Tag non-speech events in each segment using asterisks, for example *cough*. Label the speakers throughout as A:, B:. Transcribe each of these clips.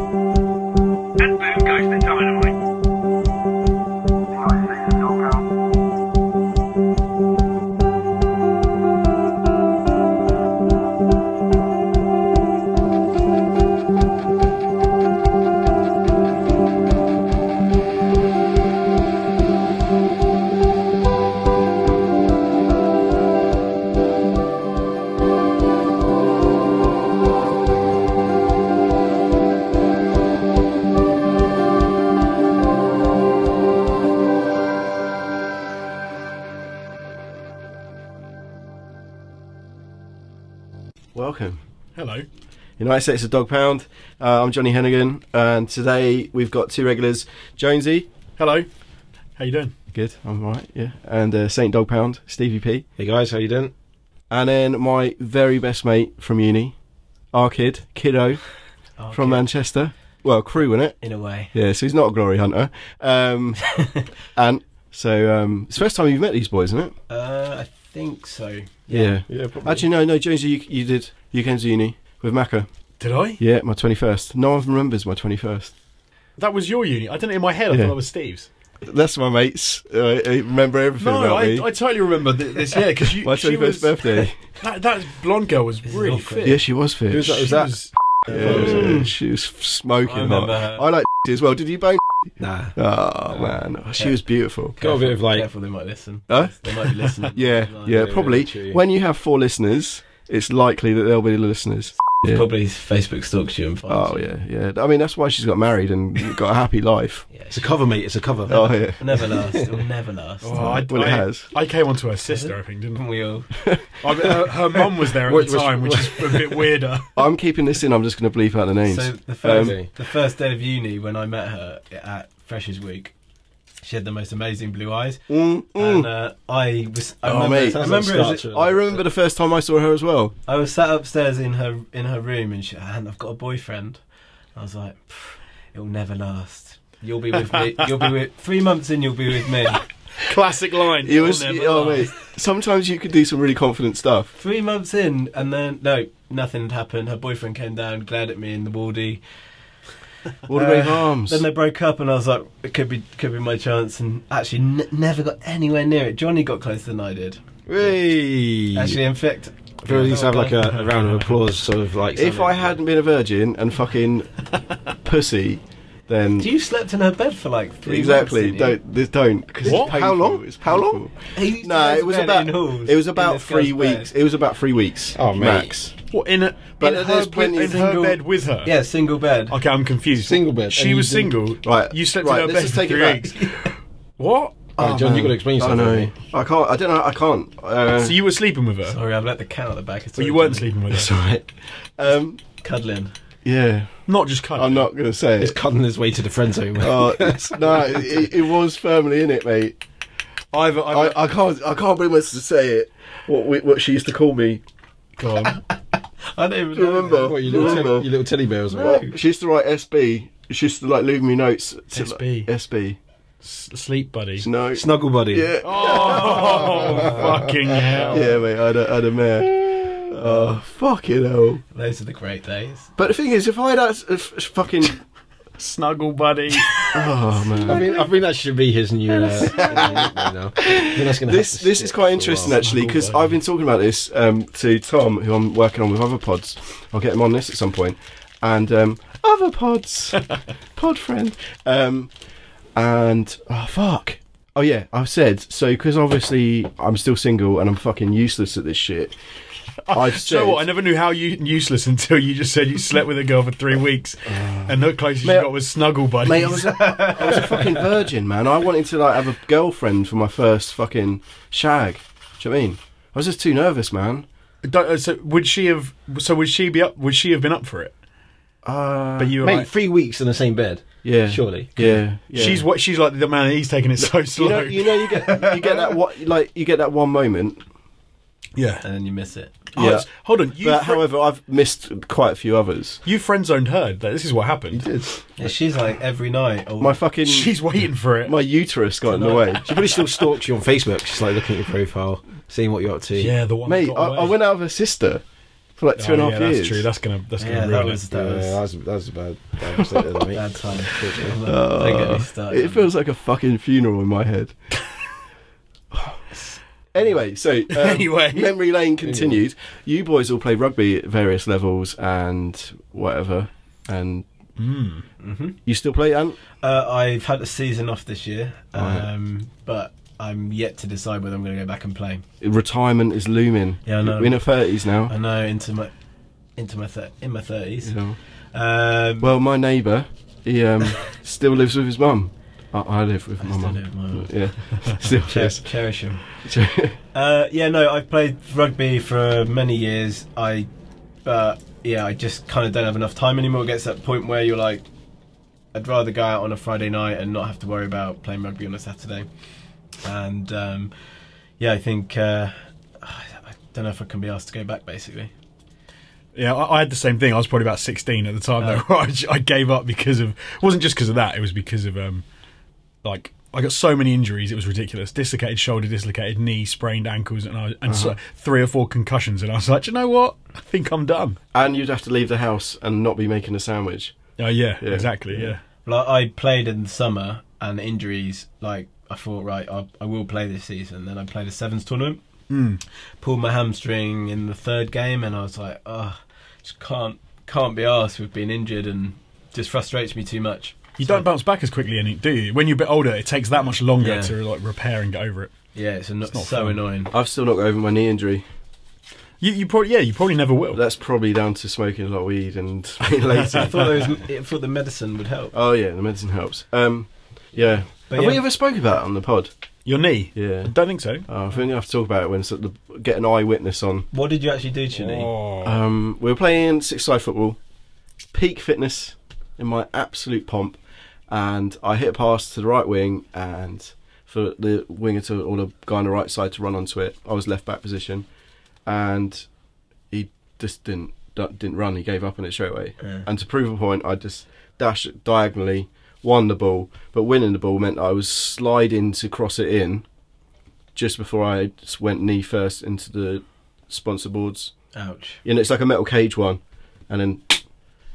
A: And boom goes the dynamite.
B: Welcome.
C: Hello.
B: United States of Dog Pound. Uh, I'm Johnny Hennigan, and today we've got two regulars Jonesy.
C: Hello. How you doing?
B: Good, I'm all right, yeah. And uh, Saint Dog Pound, Stevie P.
D: Hey guys, how you doing?
B: And then my very best mate from uni, our kid,
D: *laughs*
B: Kiddo, from Manchester. Well, crew, in it?
D: In a way.
B: Yeah, so he's not a glory hunter.
D: *laughs*
B: Um, and so um, it's the first time you've met these boys, isn't it?
D: Uh, I think so.
B: Yeah.
C: Yeah, probably.
B: Actually, no, no, Jonesy, you, you did. You came to uni with Macca.
C: Did I?
B: Yeah, my 21st. No one remembers my 21st.
C: That was your uni. I did it in my head. I
B: Yeah.
C: thought that was Steve's.
B: That's my mates. Uh, I remember everything
C: No,
B: about
C: I,
B: me.
C: I totally remember th- this. Yeah, because
B: *laughs*
C: you.
B: my
C: she
B: 21st
C: was,
B: birthday.
C: That, that blonde girl was
D: This is
C: really
D: awkward.
C: fit.
B: yeah, she was fit.
C: Who was that? Was
B: She
C: that?
B: Yeah, she was smoking
D: I
B: hot.
D: remember her.
B: I like as well. Did you bang?
D: Nah.
B: Oh man, Oh, she was beautiful.
D: Got a bit of like.
E: Careful, they might listen.
B: Huh?
E: They might be listening.
B: Yeah,
E: Like,
B: yeah,
E: they
B: probably.
E: really chew.
B: When you have four listeners, it's likely that there'll be listeners. *laughs* Yeah.
E: Probably Facebook stalks you and finds
B: Oh
E: you.
B: yeah, yeah. I mean, that's why she's got married and got a happy
E: *laughs*
B: life.
E: yeah.
D: It's a cover, mate. It's a cover.
B: Oh yeah.
E: It'll never last. It'll never last.
C: *laughs* Oh, I,
B: Well, it
C: I-
B: has.
C: I came onto her sister, I think, didn't
E: Haven't
C: I?
E: we all?
C: I mean, her,
B: *laughs*
C: her mum was there at
B: Which
C: the
B: was-
C: time, which is
B: *laughs*
C: a bit weirder.
B: I'm keeping this in. I'm just going to bleep out the names.
E: So the first,
D: Um,
E: the first day of uni when I met her at Freshers Week, she had the most amazing blue eyes,
B: Mm, mm.
E: and uh, I was. I
B: Oh,
E: remember.
B: mate.
E: I
D: Sounds
E: remember.
D: like
E: it was-
D: Star Trek.
B: I remember the first time I saw her as well.
E: I was sat upstairs in her in her room, and she, and I've got a boyfriend. I was like, "Pff, it'll never last. You'll be with me. You'll be with three months in. You'll be with me.
C: Classic line.
B: It was.
C: You'll never
B: Oh
C: laugh.
B: mate. Sometimes you could do some really confident stuff.
E: Three months in, and then no, nothing had happened. Her boyfriend came down, glared at me in the wardy.
B: What
E: Uh,
B: about arms?
E: Then they broke up, and I was like, "It could be, could be my chance." And actually, n- never got anywhere near it. Johnny got closer than I did.
D: Hey.
E: Actually, in fact,
D: I feel we need to have like a, a round of applause, sort of like.
B: If
D: something.
B: I hadn't been a virgin and fucking pussy, then
E: you slept in her bed for like three
B: exactly
E: months, didn't you?
B: don't this don't because
C: What?
B: how long? how long?
E: He used to
B: No,
E: go
B: it
E: to
B: was
E: bed
B: about
E: in halls
B: it was
E: in
B: about
E: this
B: three
E: girl's bed.
B: weeks. It was about three weeks.
D: Oh, mate.
B: max.
C: What in a,
B: But
C: in, her,
B: there's
C: bed,
B: plenty
C: in
B: of
C: her
B: single-
C: bed with her?
E: Yeah, single bed.
C: Okay, I'm confused.
D: Single bed,
C: She
D: and
C: was
D: you didn't-
C: single.
B: Right,
C: You slept
B: right,
C: in her
B: let's just
C: bed for
B: take it
C: three
B: back. Oh.
C: weeks. What?
D: Right, John, you've got to explain
B: I
D: yourself.
B: know.
D: haven't
B: I can't. I don't know. I can't. Uh,
C: So you were sleeping with her?
E: Sorry, I've let the cat out the back. Sorry,
C: Well, you weren't
E: Johnny.
C: sleeping with
B: *laughs*
C: her.
B: sorry. Um,
E: Cuddling.
B: yeah,
C: Not just cuddling.
B: I'm not gonna say
D: you? He's
B: it.
D: cutting his way to the friend zone.
B: Uh, it's- no, it, it was firmly in it, mate.
C: I've, I've,
B: I, I can't. I can't bring myself to say it. What, we, what she used to call me.
C: gone.
E: I don't even
B: Do you
E: know.
B: remember?
D: *laughs* what, you little,
B: Remember?
D: te- you little teddy bears.
B: Well, she used to write SB. She used to like leave me notes. To,
C: SB.
B: SB.
C: S- sleep buddy.
B: No.
D: Snuggle buddy.
B: Yeah.
C: Oh, fucking hell.
B: Yeah, mate. I had a, I had a mare. Oh, fucking hell.
E: Those are the great days.
B: But the thing is, if I had that if, if fucking. *laughs*
C: Snuggle buddy.
B: Oh, man.
D: I mean, I think that should be his new. Uh, his new nickname now. I think that's gonna
B: This
D: have to
B: this is
D: stick
B: quite
D: for a
B: interesting
D: while.
B: actually because I've been talking about this um, to Tom, who I'm working on with other pods. I'll get him on this at some point. And um, other
C: *laughs*
B: pods, pod friend. Um, and oh fuck. Oh yeah, I've said so because obviously I'm still single and I'm fucking useless at this
C: *laughs*
B: shit. I've said,
C: So what? I never knew how you, useless *laughs* until you just said you slept with a girl for three weeks, and the closest
B: Mate,
C: you got was snuggle buddy.
B: Mate, I was, a, I was a fucking virgin, man. I wanted to like have a girlfriend for my first fucking shag. Do you know what I mean? I was just too nervous, man.
C: *laughs* Don't, uh, so would she have? So would she be up? Would she have been up for it?
B: Uh,
C: But you were
D: Mate,
C: like,
D: three weeks in the same bed.
B: yeah,
D: Surely.
B: yeah, yeah.
C: she's what? She's like the man. He's taking it so slow.
B: You know, you know, you get you get that what like you get that one moment
C: Yeah.
E: and then you miss it.
C: Oh,
B: Yeah.
C: it's- Hold on. You,
B: but
C: fri-
B: however, I've missed quite a few others.
C: you friend zoned her. That- This is what happened.
E: Yeah, she's like every night. Oh,
B: My fucking
C: She's waiting for it.
B: my uterus got in the
C: *laughs*
B: way.
D: She probably still stalks you on Facebook. She's like looking at your profile, seeing what you're up to.
C: yeah, the one. that
B: Mate, I,
C: got away.
B: I went out with a sister for like two
C: Oh,
B: and a half
C: yeah,
B: years.
C: That's true. That's gonna. That's
E: Yeah,
C: gonna
E: that
C: ruin
E: was-
C: it.
D: Yeah, that was, that was a bad, bad mistake there,
E: *laughs*
D: mate.
E: bad time.
D: Unfortunately.
E: Don't get me started.
B: Uh,
C: um,
B: It feels like a fucking funeral in my
C: *laughs*
B: head. anyway, so um,
C: *laughs* Anyway.
B: memory lane continued. You boys all play rugby at various levels and whatever, and
C: Mm.
E: hmm
B: you still play, Ant?
E: Uh, I've had a season off this year,
B: Right.
E: um, but I'm yet to decide whether I'm going to go back and play.
B: Retirement is looming.
E: Yeah, I know.
B: You're in her thirties now.
E: I know into my into my thir- in my thirties.
B: So-
E: Um,
B: Well, my neighbour, he um,
E: *laughs*
B: still lives with his mum. I, I live with
E: I
B: my
E: still
B: mum.
E: live with my mum.
B: Yeah, *laughs*
E: *laughs*
B: still
E: cher-
B: yes.
E: cherish him. Uh, yeah, no, I've played rugby for many years. I, uh, yeah, I just kind of don't have enough time anymore. It gets to that point where you're like, I'd rather go out on a Friday night and not have to worry about playing rugby on a Saturday. And um, yeah, I think uh, I don't know if I can be asked to go back. Basically,
C: Yeah, I, I had the same thing. I was probably about 16 at the time, though. *laughs* where I, j- I gave up because of. It wasn't just because of that, it was because of, um, like, I got so many injuries, it was ridiculous. Dislocated shoulder, dislocated knee, sprained ankles, and I and so, three or four concussions. And I was like, "Do you know what? I think I'm done.
B: *laughs* and you'd have to leave the house and not be making a sandwich.
C: Oh, yeah,
B: Yeah.
C: exactly. Yeah.
E: like I played in the summer and injuries. Like I thought, right, I, I will play this season. Then I played a sevens tournament.
C: Mm.
E: pulled my hamstring in the third game, and I was like, oh, just can't can't be arsed with being injured, and just frustrates me too much.
C: You
E: So-
C: don't bounce back as quickly, any, do you? When you're a bit older, it takes that much longer
E: Yeah.
C: to, like, repair and get over it.
E: Yeah, it's, an-
C: It's not
E: so
C: fun. *laughs*
E: annoying.
B: I've still not got over my knee injury.
C: You, you probably, yeah, you probably never will.
B: That's probably down to smoking a lot of weed and *laughs* being
E: *laughs* I
B: lazy.
E: thought there was, I thought the medicine would help.
B: oh yeah, the medicine helps. Um, yeah.
E: But
B: have
E: yeah.
B: we ever spoke about it on the pod?
C: Your knee?
B: Yeah.
C: I don't think so.
B: Oh, I think I have to talk about it when sort of get an eyewitness on.
E: What did you actually do, Chini?
C: Oh.
B: Um, we were playing six-side football, peak fitness in my absolute pomp, and I hit a pass to the right wing and for the winger to or the guy on the right side to run onto it. I was left back position, and he just didn't didn't run. He gave up on it straight away.
E: Yeah.
B: And to prove a point, I just dashed diagonally, won the ball. But winning the ball meant I was sliding to cross it in just before I just went knee first into the sponsor boards.
E: Ouch.
B: You know, it's like a metal cage one. And then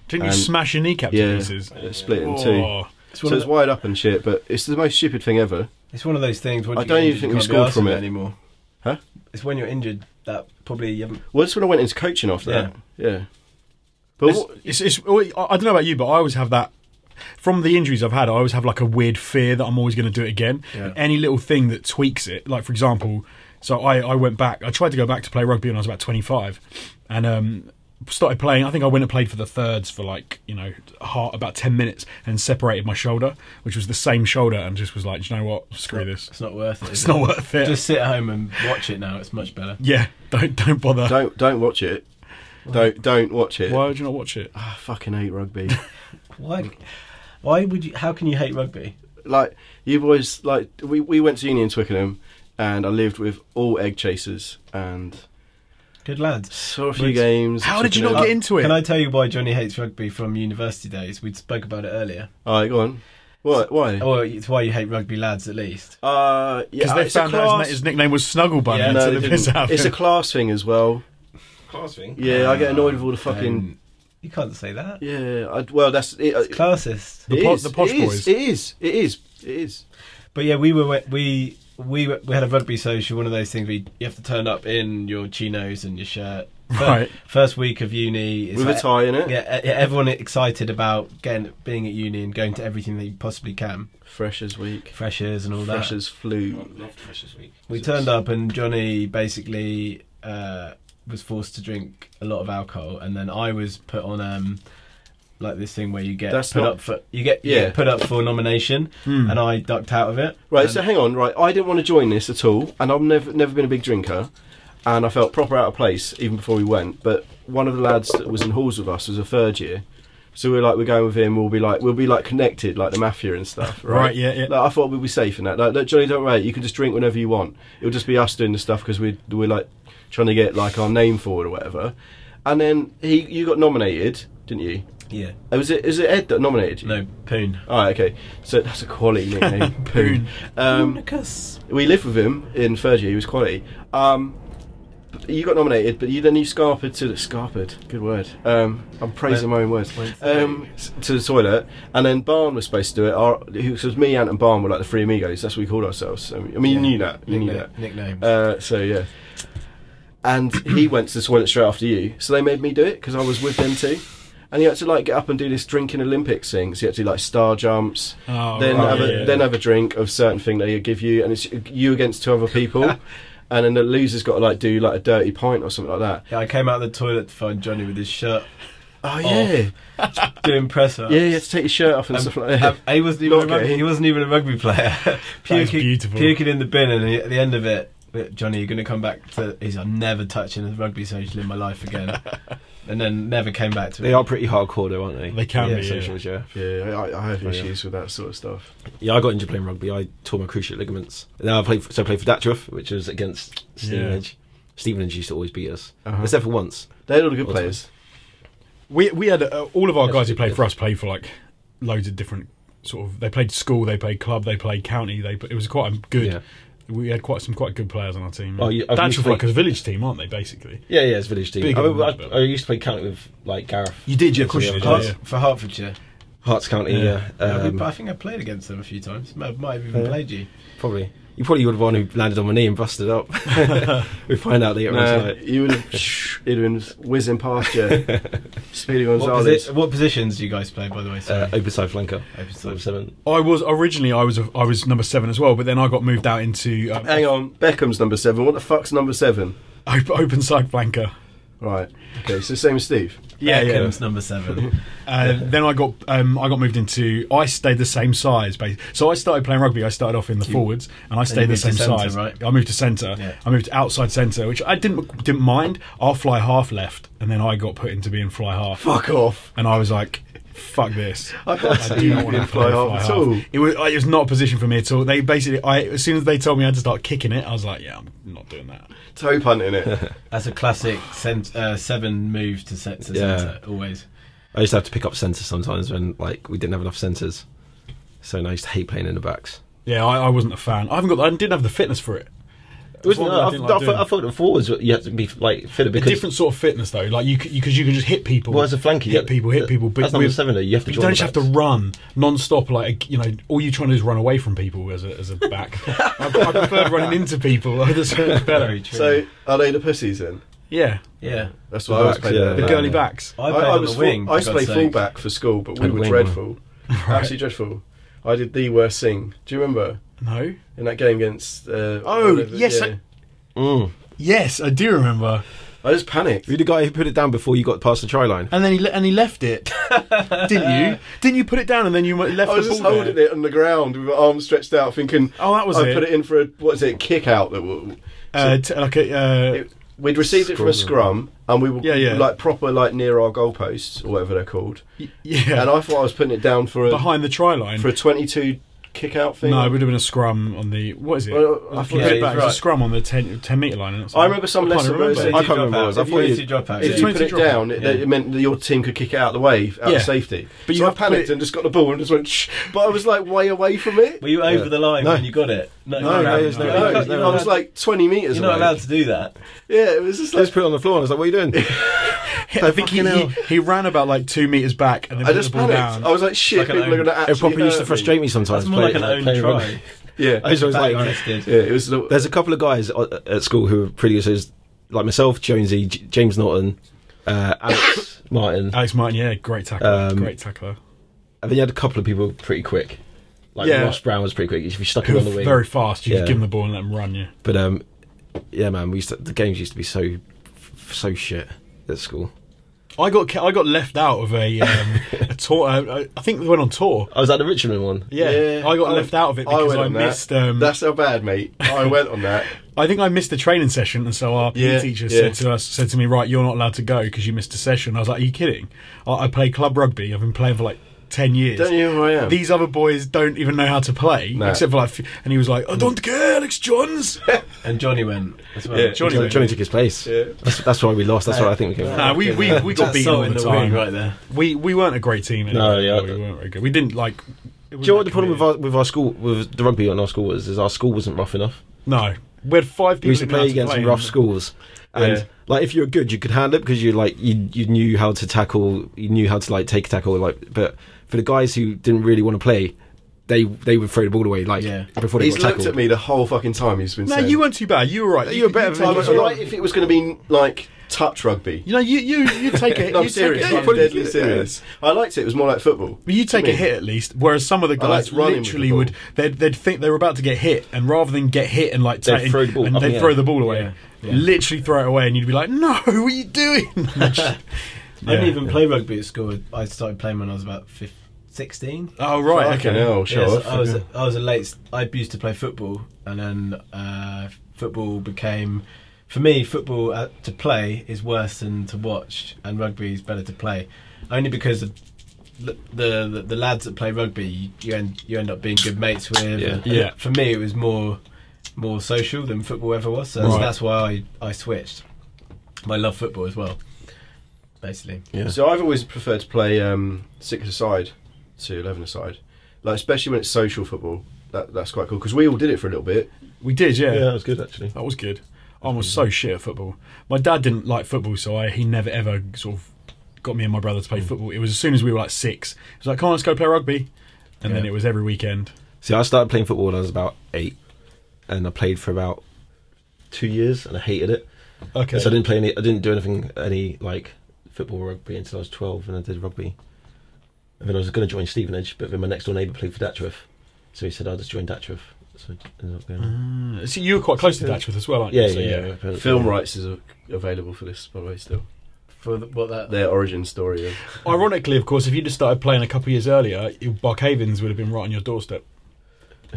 C: Didn't you
B: and-
C: smash your kneecap to
B: yeah,
C: pieces?
B: it split in two.
C: Oh.
E: It's one,
B: So
E: of
B: it's
E: the-
B: wide up and shit, but it's the most stupid thing ever.
E: it's one of those things. Once
B: I
E: you
B: don't
E: get
B: even
E: injured,
B: think
E: you
B: we
E: can't
B: scored
E: be arsed
B: from
E: with
B: it.
E: anymore.
B: Huh?
E: It's when you're injured that probably you haven't.
B: Well, that's when I went into coaching after that. Yeah. But
C: It's, it's, it's, I don't know about you, but I always have that. From the injuries I've had, I always have like a weird fear that I'm always going to do it again.
E: Yeah.
C: And any little thing that tweaks it, like for example, so I, I went back, I tried to go back to play rugby when I was about 25 and um, started playing. I think I went and played for the thirds for like, you know, heart, about 10 minutes and separated my shoulder, which was the same shoulder, and just was like, do you know what? Screw this.
E: It's not worth it. is
C: It's
E: it?
C: not worth it.
E: Just sit at home and watch it now. It's much better.
C: yeah, don't don't bother.
B: don't don't watch it. Don't don't watch it.
C: Why would you not watch it?
B: I fucking hate rugby. *laughs*
E: Why? Why would you? How can you hate rugby?
B: like you boys like we, we went to uni in Twickenham and I lived with all egg chasers and
E: Good lads.
B: saw a few
E: But-
B: games. at
C: How did you not
B: Twickenham.
C: get into it?
E: Can I tell you why Johnny hates rugby from university days? We spoke about it earlier.
B: Alright, go on. What why?
E: Or it's why you hate rugby lads, at least.
B: Uh yeah,
C: Because Oh. they
B: it's a
C: found out
B: class-
C: his, his nickname was Snuggle Bunny
E: Yeah,
C: yeah,
B: No,
C: until
B: they
C: the piss
B: didn't.
C: out of
B: It's a
C: him.
B: class thing as well.
D: Class thing.
B: Yeah, I get annoyed with all the fucking
E: Um, you can't say that.
B: yeah. I, well, that's it. it
E: Classist.
C: The po-
B: is,
C: the posh
B: it is,
C: boys.
B: It is. It is. It is.
E: But yeah, we were we we were, we had a rugby social. One of those things where you you have to turn up in your chinos and your shirt. Fir-
C: Right.
E: First week of uni. it's
B: With
E: like-
B: a tie in it.
E: Yeah, e- yeah, everyone excited about getting being at uni and going to everything that you possibly can.
B: Freshers week.
E: Freshers and all that.
B: Freshers flu.
D: Loved Freshers Week.
E: We turned up and Johnny basically uh, was forced to drink a lot of alcohol, and then I was put on um, like this thing where you get
B: That's
E: put
B: not-
E: up for you get you
B: Yeah.
E: get put up for nomination,
C: Hmm.
E: and I ducked out of it.
B: Right.
C: Um,
E: And
B: so hang on. Right. I didn't want to join this at all, and I've never never been a big drinker, and I felt proper out of place even before we went. But one of the lads that was in halls with us was a third year, So we're like, we're going with him. We'll be like, we'll be like connected, like the mafia and stuff, right?
C: *laughs* Right, yeah, yeah.
B: Like, I thought we'd be safe in that. Like, look, Johnny, don't worry. You can just drink whenever you want. It'll just be us doing the stuff because we're we're like trying to get like our name forward or whatever. And then he, you got nominated, didn't you?
E: Yeah.
B: Uh, Was it is it Ed that nominated you?
E: No, Poon.
B: All right, okay. So that's a quality *laughs* nickname, Poon. Um,
E: Unicus.
B: we lived with him in third year. He was quality. Um, but you got nominated, but you then you scarpered to the scarpered. Good word. Um, I'm praising my own words.
E: Went to the-
B: Um, s- to the toilet, and then Barn was supposed to do it. Our, it was me, Ant, and Barn were like the three amigos. That's what we called ourselves. So, I mean, you
E: Yeah.
B: knew that. You knew
E: Nickna-
B: that.
E: Nicknames.
B: Uh, so yeah. And he went to the toilet straight after you, so they made me do it because I was with them too. And he had to like get up and do this drinking Olympics thing. So he had to do like star jumps,
C: Oh,
B: then
C: right,
B: have a,
C: yeah.
B: then have a drink of certain thing they give you, and it's you against two other people. and then the loser's got to like do like a dirty pint or something like that.
E: yeah, I came out of the toilet to find Johnny with his shirt
B: Oh yeah,
E: doing press ups.
B: yeah. You had to take your shirt off and
E: Um,
B: stuff like that.
E: um, he wasn't even
B: Not
E: a rugby,
B: gay.
E: he wasn't even a rugby player. *laughs*
C: is beautiful.
E: puking in the bin, and he- at the end of it, Johnny, you're going to come back to. He's I'm never touching a rugby social in my life again, and then never came back to
D: They
E: it.
D: are pretty hardcore, though, aren't they?
C: They can
E: Yeah,
C: be. yeah.
D: Socials, yeah.
B: yeah, I, I have
D: Yeah.
B: issues with that sort of stuff.
D: Yeah, I got injured playing rugby. I tore my cruciate ligaments. Now I played, for, so I played for Datchroff, which was against Stevenage. Stevenage used to always beat us,
B: Uh-huh.
D: except for once.
B: They're all the good
D: Well,
B: players.
C: We we had uh, all of our
D: Yes,
C: guys who
D: we
C: played
D: did.
C: for us played for like loads of different sort of. They played school, they played club, they played county. They it was quite a good.
D: Yeah.
C: We had quite some quite good players on our team.
D: Oh, you- I've
C: That's
D: used to
C: like
D: play-
C: a village team, aren't they? Basically,
D: Yeah, yeah, it's village team.
C: Bigger
D: I,
C: than
D: remember I,
C: that, but-
D: I used to play county with like Gareth.
C: you did. Yeah, of course you
D: Yeah,
C: did.
D: of
C: Yeah.
D: course.
E: Hearts- for Hertfordshire.
D: Hearts County,
C: Yeah.
D: yeah.
E: Yeah, we-
D: Um,
E: I think I played against them a few times. Might, might have even
D: Yeah.
E: played you.
D: probably. You probably would have one who landed on my knee and
C: *laughs*
D: busted up. *laughs* we find out later on
B: Nah,
D: tonight.
B: you would have, *laughs* you'd have been whizzing past you, Speedy
E: What,
B: Gonzalez.
E: posi- what positions do you guys play, by the way? Sorry.
D: Uh, Open side flanker.
E: Open side.
D: Number seven.
C: I was originally I was a, I was number seven as well, but then I got moved out into um,
B: Hang on, Beckham's number seven. What the fuck's number seven?
C: op- *laughs* open side flanker.
B: Right. Okay, so same as Steve.
C: Yeah, yeah.
E: Beckham's number seven.
C: Uh, then I got um, I got moved into I stayed the same size. basi- So I started playing rugby. I started off in the forwards, and I stayed the
E: moved to
C: same
E: centre,
C: size.
E: right?
C: I moved to centre.
E: Yeah.
C: I moved to outside centre, which I didn't didn't mind. Our fly half left, and then I got put into being fly half.
B: Fuck off.
C: And I was like, "Fuck this!
B: *laughs* I can't see you
C: wanna
B: being fly half at all.
C: It was it was not a position for me at all. They basically, I as soon as they told me I had to start kicking it, I was like, "Yeah, I'm not doing that."
B: Toe punting it.
E: That's a classic cent- uh, seven move to, se- to
D: Yeah.
E: centre, always.
D: I used to have to pick up centres sometimes when like we didn't have enough centres. So and I used to hate playing in the backs.
C: Yeah, I, I wasn't a fan. I haven't got. I didn't have the fitness for it.
D: It wasn't,
C: one that I
D: I,
C: didn't
D: I,
C: like
D: thought-
C: doing.
D: I thought the forwards you had to be like fitter
C: A
D: because
C: different sort of fitness though, like you because you, 'cause you can just hit people.
D: Well, as a flanker, you
C: hit
D: get-
C: people, hit people. But
D: that's number
C: with-
D: seven, though, you have to
C: You
D: join
C: don't
D: the
C: just have to
D: backs.
C: run non-stop. Like you know, all you're trying to do is run away from people as a, as a back.
D: *laughs*
C: I, I prefer running into people. *laughs* That's so much better.
E: Very true.
B: so, are they the pussies then?
C: Yeah,
E: yeah.
B: That's what I was
D: Fuck,
B: playing.
D: yeah.
B: at.
C: the girly backs.
E: I played on
B: was
E: the
B: full-
E: wing.
B: I used
E: for
B: to play
E: God's sake.
B: fullback for school, but we
D: And
B: were
D: wing,
B: dreadful. *laughs* Absolutely dreadful. I did the worst thing. Do you remember?
C: No.
B: In that game against. Uh,
C: Oh,
B: whatever-
C: yes,
B: yeah.
D: Mm.
C: Yes, I do remember.
B: I just panicked.
D: You're the guy who put it down before you got past the try line.
C: And then he le- and he left
D: *laughs*
C: it. didn't you? Didn't you put it down and then you went- left
B: I was
C: the
B: just
C: ball
B: holding
C: there?
B: it on the ground with my arms stretched out, thinking,
C: Oh, that was
B: I
C: it.
B: put it in for a what is it? Kick out that will.
C: Uh, t- like a, uh,
B: It- We'd received it from a scrum, and we were
C: Yeah, yeah.
B: like proper like near our goalposts or whatever they're called.
C: y- yeah,
B: And I thought I was putting it down for a
C: behind the try line.
B: for a twenty-two kick out thing.
C: no, it would have been a scrum on the what is it?
B: Well, I
C: If
B: thought-
C: you put
E: Yeah,
C: it back,
E: he's
C: it was
E: right.
C: a scrum on the 10, 10 meter line. and it's
B: I
C: like-
B: remember some
C: can't
B: lesson
C: remember.
B: where
E: I
B: it
D: I can't remember what it was. I
E: If
D: thought
E: you
D: you-
E: did drop out,
B: if you put it
C: 22 drop.
B: down, it, it meant that your team could kick it out of the way out
C: Yeah.
B: of safety.
C: But
B: But
C: you
B: so I
C: have to put
B: panicked
C: it-
B: and just got the ball and just went. Shh, but I was like way away from it.
E: Were you over
D: Yeah.
E: the line
D: No.
E: when you got it?
D: No, no, there's
B: No,
D: no-
E: you can't-
D: no,
E: you're
D: no,
B: I was
E: not allowed-
B: like twenty meters.
E: You're not
B: away.
E: allowed to do that.
B: Yeah, it was just
D: I
B: like
D: just put it on the floor and I was like, what are you doing?
C: I think he,
D: Fucking
C: he,
D: hell.
C: he ran about like two meters back and then
B: I
C: put
B: just
C: the ball
B: panicked. I
C: down.
B: was like, shit,
E: Like an
B: people are
E: own-
B: going to
D: it
B: actually.
D: properly used
B: hurt
D: to
B: me.
D: frustrate me sometimes.
E: That's more like
D: playing-
E: an own
D: playing rugby. *laughs*
E: try.
B: Yeah,
D: I was always
E: That
D: like,
E: existed.
B: yeah, it was. the-
D: *laughs* there's a couple of guys uh, at school who were pretty good, like myself, Jonesy, J- James Norton, uh, Alex Martin.
C: Alex Martin, yeah, great tackler,
D: Um,
C: great tackler.
D: And then you had a couple of people pretty quick. Like
C: Yeah.
D: Ross Brown was pretty quick. If you stuck
C: Who
D: him
C: were
D: on the wing,
C: very fast. You
D: Yeah.
C: could give him the ball and let him run. Yeah,
D: But um, yeah, man, we used to, the games used to be so f- so shit at school.
C: I got ca- I got left out of a,
D: *laughs*
C: um, a tour. Uh, I think we went on tour.
D: I was at the Richmond one.
C: Yeah, I got
B: went-
C: left out of it because
B: went
C: I,
B: on that.
C: missed. Um,
B: That's how bad, mate.
C: *laughs*
B: I went on that.
C: I think I missed a training session, and so our PE
B: Yeah,
C: teacher
B: yeah.
C: said to us, said to me, "Right, you're not allowed to go because you missed a session." I was like, "Are you kidding? I, I play club rugby. I've been playing for like ten years.
B: Don't you know who
D: Oh,
B: I am?
C: These other boys don't even know how to play
B: No.
C: except for like." f- And he was like, "I don't care, Alex Johns."
E: And Johnny went as well.
B: Yeah.
C: Johnny,
D: *laughs* Johnny, Johnny took his place.
B: Yeah.
D: That's, that's why we lost. That's why I think we came.
C: Nah, we,
D: *laughs*
C: we, we got
E: That's
C: beaten all
E: salt in
C: the
E: the
C: time.
E: wound right there.
C: We we weren't a great team. Anyway.
D: No, yeah.
C: we weren't very good. We didn't like. it
D: Do you know
C: wasn't
D: what the problem with
C: that
D: our, with our school, with the rugby on our school was, is our school wasn't rough enough.
C: committed. No, we had five people
D: We used to
C: didn't know how
D: play against some rough
C: and-
D: schools, and
B: Yeah.
D: like if you were good, you could handle it because you like you you knew how to tackle, you knew how to like take a tackle. Like, but for the guys who didn't really want to play, they they would throw the ball away like
E: Yeah.
D: before they
B: He's
D: got
B: looked
D: tackled.
B: at me the whole fucking time. He's been.
C: No,
B: saying,
C: you weren't too bad. You were right.
B: You were better than
C: you,
B: I was
C: you,
B: alright if it was going to be like touch rugby.
C: you know, you you you take a
B: *laughs*
C: hit.
B: No,
C: you
B: I'm serious.
C: Take a
B: I'm
C: hit.
B: deadly serious. I liked it. It was more like football.
C: But you take
B: To
C: a
B: me.
C: hit at least, whereas some of the
B: liked
C: guys
B: running with the
C: literally
B: ball.
C: would they'd, they'd think they were about to get hit, and rather than get hit and like
D: They'd
C: take-
D: throw the ball
C: and
D: up in
C: they'd
D: the
C: throw
D: air.
C: the ball away,
E: Yeah,
C: literally throw it away, and you'd be like, "No, what are you doing?" *laughs*
E: I
C: Yeah.
E: didn't even play rugby at school. I started playing when I was about 15, 16.
C: oh right,
B: Fucking
C: okay.
B: hell, show
E: Yes,
B: off.
E: I was a, I was a late. I used to play football, and then uh, football became for me football uh, to play is worse than to watch, and rugby is better to play, only because of the the, the, the lads that play rugby you, you end you end up being good mates with.
D: Yeah.
E: And
C: Yeah.
E: For me, it was more more social than football ever was, so
C: Right.
E: that's why I, I switched. But I love football as well, basically.
D: Yeah.
B: So I've always preferred to play um, six aside to eleven aside, like especially when it's social football. That, that's quite cool because we all did it for a little bit.
C: We did, yeah.
D: was good actually.
C: That was good. I was so shit at football. My dad didn't like football, so I he never ever sort of got me and my brother to play football. It was as soon as we were like six. He was like, "Come on, let's go play rugby," and then
E: Yeah.
C: it was every weekend.
D: See, I started playing football when I was about eight, and I played for about two years, and I hated it.
C: Okay.
D: So I didn't play any. I didn't do anything any like football or rugby until I was twelve, and I did rugby. And then I was going to join Stevenage, but then my next door neighbour played for Datchroth, so he said I'll just join Datchroth. So I ended up going.
C: Uh, so you were quite close to Datchworth as well, aren't
D: yeah,
C: you? So,
D: yeah, Mm-hmm. yeah, yeah.
B: Film rights is a, available for this, by the way. Still,
E: For the, what that
B: their origin story. Of,
C: Ironically, of course, if you'd have started playing a couple of years earlier, your Barkhavens would have been right on your doorstep.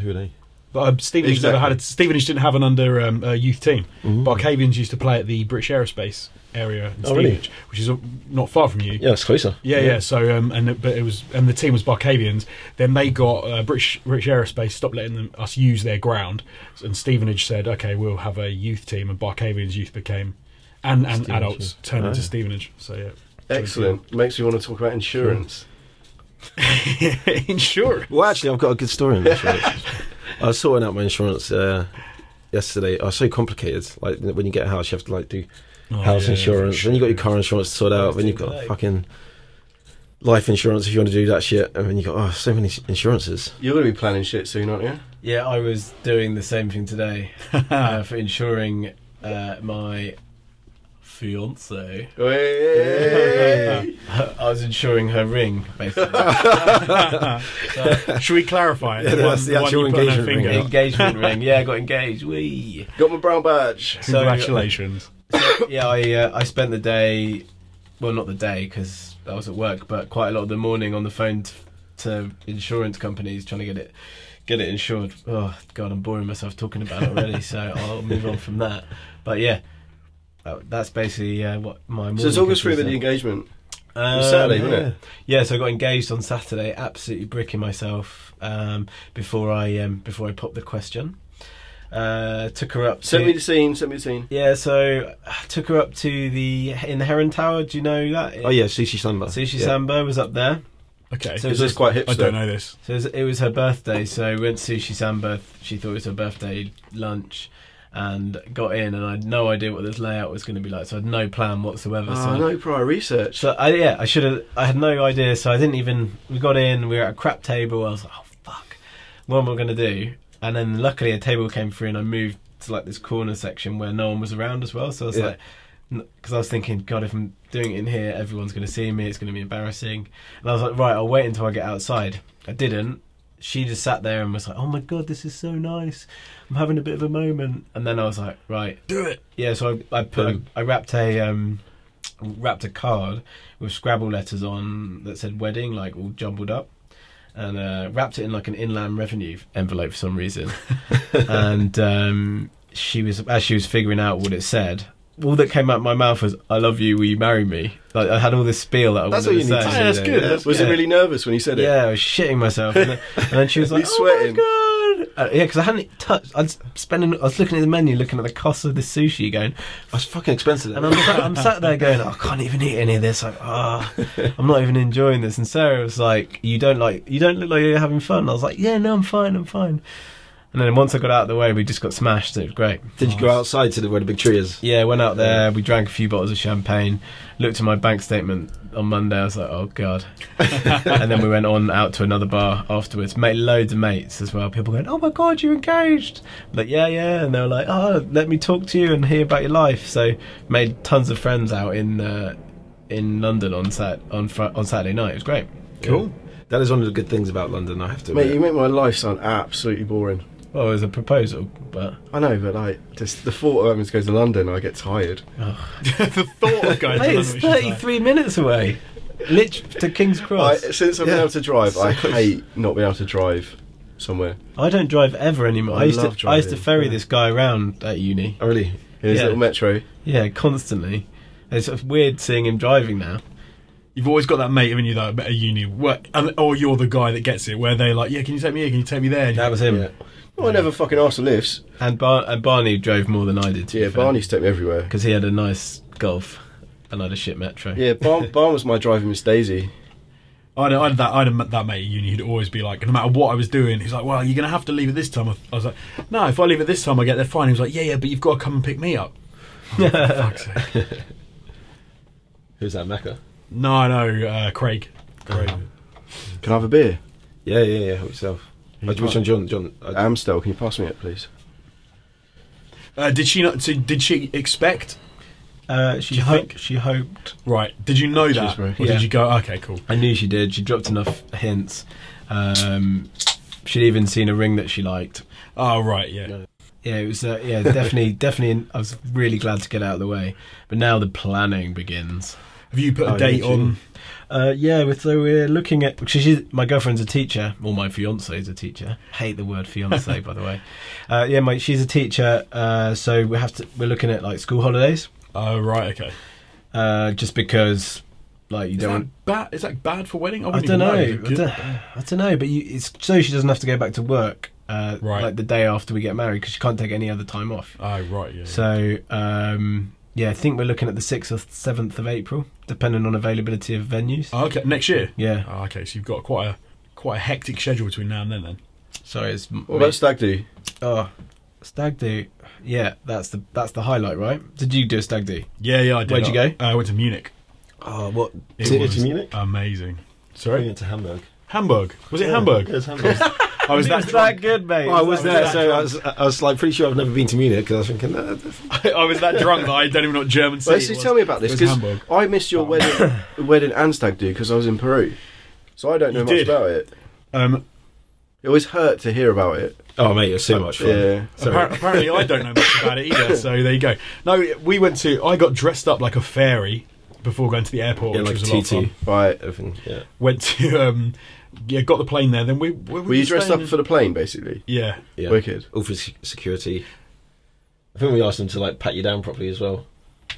D: Who are they?
C: But um, Stevenage never
B: Exactly.
C: had. A, Stevenage didn't have an under um, uh, youth team.
D: Mm.
C: Barkhavens used to play at the British Aerospace area in
D: Oh, really?
C: Stevenage, which is uh, not far from you.
D: Yeah, it's closer.
C: Yeah, yeah. So, um, and it- but it was, and the team was Barcavians. Then they got uh, British British Aerospace stopped letting them, us use their ground, and Stevenage said, "Okay, we'll have a youth team." And Barcavians youth became, and and
D: Stevenage,
C: adults
D: yeah.
C: turned into
D: Ah.
C: Stevenage. So yeah,
B: excellent. Makes me want to talk about insurance.
C: *laughs* insurance.
D: Well, actually, I've got a good story on insurance. *laughs* I was sorting out my insurance uh, yesterday. I was so complicated. Like when you get a house, you have to like do Oh, house insurance, then you got your car insurance to sort out, then you've got fucking life insurance if you want to do that shit, and then you got oh, so many s- insurances.
B: You're going to be planning shit soon, aren't you?
E: Yeah, I was doing the same
B: *laughs*
E: thing today uh, for insuring uh, my fiance.
B: Hey.
E: I was insuring her ring, basically.
B: *laughs*
C: *laughs* Should we clarify? it?
D: Yeah, that's the
C: one
D: actual
C: you put on her
D: engagement ring,
C: finger.
D: yeah.
E: Engagement ring. Yeah,
B: *laughs*
E: I got engaged. Wee.
B: Got my brown badge.
E: So-
C: Congratulations.
E: Yeah, I uh, I spent the day, well, not the day because I was at work, but quite a lot of the morning on the phone t- to insurance companies trying to get it get it insured. Oh God, I'm boring myself talking about it already, so
B: *laughs*
E: I'll move on from that. But yeah. uh, That's basically uh, what my morning.
B: So talk us through
E: consists
B: the
E: of.
B: engagement. It
E: Um,
B: was Saturday, wasn't
D: yeah.
B: it?
E: Yeah, so I got engaged on Saturday, absolutely bricking myself um, before I um, before I popped the question. Uh, took her up.
B: Send
E: to,
B: me the scene. Send me the scene.
E: yeah, so I took her up to the in the Heron Tower. Do you know that?
D: Oh yeah, sushi samba.
E: Sushi
D: yeah.
E: Samba was up there.
C: Okay,
E: So
B: Is this quite hipster?
C: I don't know this.
E: So it was, it was her birthday, so we went to Sushi Samba. She thought it was her birthday lunch, and got in, and I had no idea what this layout was going to be like. So I had no plan whatsoever. so
B: Ah, no prior research.
E: So I, yeah, I should have. I had no idea, so I didn't even. We got in. We were at a crap table. I was like, oh fuck, what am I gonna do? And then luckily a table came through, and I moved to like this corner section where no one was around as well. So I was
D: Yeah.
E: like, because I was thinking, God, if I'm doing it in here, everyone's gonna see me. It's gonna be embarrassing. And I was like, right, I'll wait until I get outside. I didn't. She just sat there and was like, oh my God, this is so nice. I'm having a bit of a moment. And then I was like, right,
C: Do it.
E: yeah, so I, I put
D: Boom.
E: I, wrapped a um wrapped a card with Scrabble letters on that said wedding, like all jumbled up, and uh, wrapped it in like an inland revenue envelope for some
B: *laughs*
E: reason. and um, she was, as she was figuring out what it said, all that came out my mouth was, I love you, will you marry me? Like, I had all this spiel that I
B: That's
E: wanted
B: what you need
E: say.
B: to
C: say, Yeah, that's though. good.
E: That's
B: Was
E: good.
B: he really nervous when he said it?
E: Yeah, I was shitting myself, and then, and
B: *laughs*
E: then she was like,
B: He's sweating.
E: "Oh my god!" Uh, yeah, because I hadn't touched. I was spending. I was looking at the menu, looking at the cost of the sushi, going,
D: That's Oh, fucking expensive.
E: and I'm, sat- I'm sat there going, "Oh, I can't even eat any of this. Like, ah, I'm not even enjoying this. And Sarah was like, "You don't like. You don't look like you're having fun." And I was like, "Yeah, no, I'm fine. I'm fine." And then once I got out of the way, we just got smashed. It was great.
D: Did you go outside to the, where the big tree is?
E: Yeah, went out there. We drank a few bottles of champagne. Looked at my bank statement on Monday. I was like, oh *laughs* god. and then we went on out to another bar afterwards. Made loads of mates as well. People going, oh my god, you're engaged. I'm like yeah, yeah. And they were like, oh, let me talk to you and hear about your life. So made tons of friends out in uh, in London on sat on fr- on Saturday night. It was great.
D: Cool. That is one of the good things about London. I have to.
B: Mate,
D: Admit.
B: you make my life sound absolutely boring.
E: Well, it was a proposal, but
B: I know, but like, just the thought of having to go to London, I get tired. *laughs*
C: the thought of going
E: Mate,
C: to
E: it's
C: London, which is
E: thirty
C: like-
E: three minutes away. Lich to King's
B: I,
E: Cross.
B: since I've been
D: Yeah.
B: able to drive, I
D: So-
B: hate not being able to drive somewhere.
E: I don't drive ever anymore. I,
B: I
E: used to
B: love
E: I used to
B: driving,
E: ferry
B: yeah.
E: this guy around at uni.
D: Oh, really?
B: In his
E: Yeah.
B: little metro.
E: Yeah, constantly. It's sort of weird seeing him driving now.
C: You've always got that mate haven't you though at uni, where, and, or you're the guy that gets it, where they're like, "Yeah, can you take me here? Can you take me there?" And
E: That was him.
B: Well, I never fucking asked for lifts.
E: And Bar- and Barney drove more than I did.
B: Yeah, Barney's took me everywhere.
E: because he had a nice golf, and I had a shit metro.
B: Yeah, Barn, Barn was my driving Miss Daisy.
C: I had, I had that I had a, that mate at uni who'd always be like, no matter what I was doing, he's like, "Well, you're gonna have to leave at this time." I was like, "No, if I leave at this time, I get there fine." He was like, "Yeah, yeah, but you've got to come and pick me up." I was like, "For fuck's sake.
D: Who's that, Mecca?
C: No, no, uh, Craig.
D: Oh.
C: Craig.
B: Can I have a beer?
D: Yeah, yeah, yeah. Help yourself. Uh, Which one, John? John. uh,
B: Amstel, can you pass me it, please?
C: Uh, did she not? So did she expect?
E: Uh, she
C: Do you
E: hoped.
C: think-
E: She hoped.
C: Right. Did you know that?
B: She's very-
C: Or
E: Yeah.
C: did you go? Okay, cool.
E: I knew she did. She dropped enough hints. Um, she'd even seen a ring that she liked.
C: Oh, right. Yeah.
E: Yeah, it was. Uh,
B: *laughs*
E: yeah, definitely, definitely. I was really glad to get out of the way. But now the planning begins.
C: Have you put a
D: Oh,
C: date
D: yeah,
C: on?
E: Uh, yeah, with- so we're looking at because she's my girlfriend's a teacher, or my fiance is a teacher. Hate the word fiance, by the
C: *laughs*
E: way. Uh, yeah, my she's a teacher, uh, so we have to. We're looking at like school holidays,
C: Oh, right. Okay.
E: uh, just because like you
C: Is
E: don't.
C: that
E: want...
C: bad? Is that bad for wedding? I,
E: I
C: wouldn't
E: don't know. I
C: even
E: don't, I don't know, but you, it's so she doesn't have to go back to work uh,
C: Right.
E: like the day after we get married because she can't take any other time off.
C: Oh, right. Yeah.
E: So um, yeah, I think we're looking at the sixth or seventh of April, depending on availability of venues.
C: Oh, okay. Next year.
E: Yeah,
C: Oh, okay. So you've got quite a quite a hectic schedule between now and then. Then.
E: sorry, it's
B: What about Stag Do?
E: Oh, stag do. Yeah, that's the that's the highlight, right? Did you do a stag do?
C: Yeah. Yeah. I did. Uh,
E: Where'd you
C: I- I went to Munich.
D: Oh, what?
C: It
D: To,
C: was
D: to Munich?
C: Amazing.
D: We
C: Sorry.
D: went to Hamburg.
C: Hamburg. Was it
D: Yeah,
C: Hamburg?
D: Yeah, it's Hamburg.
C: *laughs* I was
E: *laughs*
C: that.
E: good, mate?
D: Well, I was there,
C: that
D: so I was, I was like pretty sure I've never been to Munich because I was thinking, uh, that's-
C: I was that drunk that I don't even know what German.
B: Well,
C: city
B: see,
C: it was.
B: tell me about this
C: It was
B: because
C: Hamburg.
B: I missed your wedding, wedding and Stag Do because I was in Peru, so I don't know
C: You
B: much
C: did.
B: about it.
C: Um,
B: It always hurt to hear about it.
D: oh mate, it was so much fun.
B: Yeah.
D: Sorry.
C: Appar- apparently, I don't know much about it either. So there you go. No, we went to. I got dressed up like a fairy before going to the airport,
D: yeah,
C: which
D: like
C: was a lot of
D: TT,
C: fun.
B: Right.
D: everything. Yeah.
C: Went to. Um, yeah, got the plane there. Then we. Were,
B: Were you dressed up for the plane, basically?
C: Yeah.
D: yeah,
B: Wicked.
D: All for sec- security. I think we asked them to like pat you down properly as well.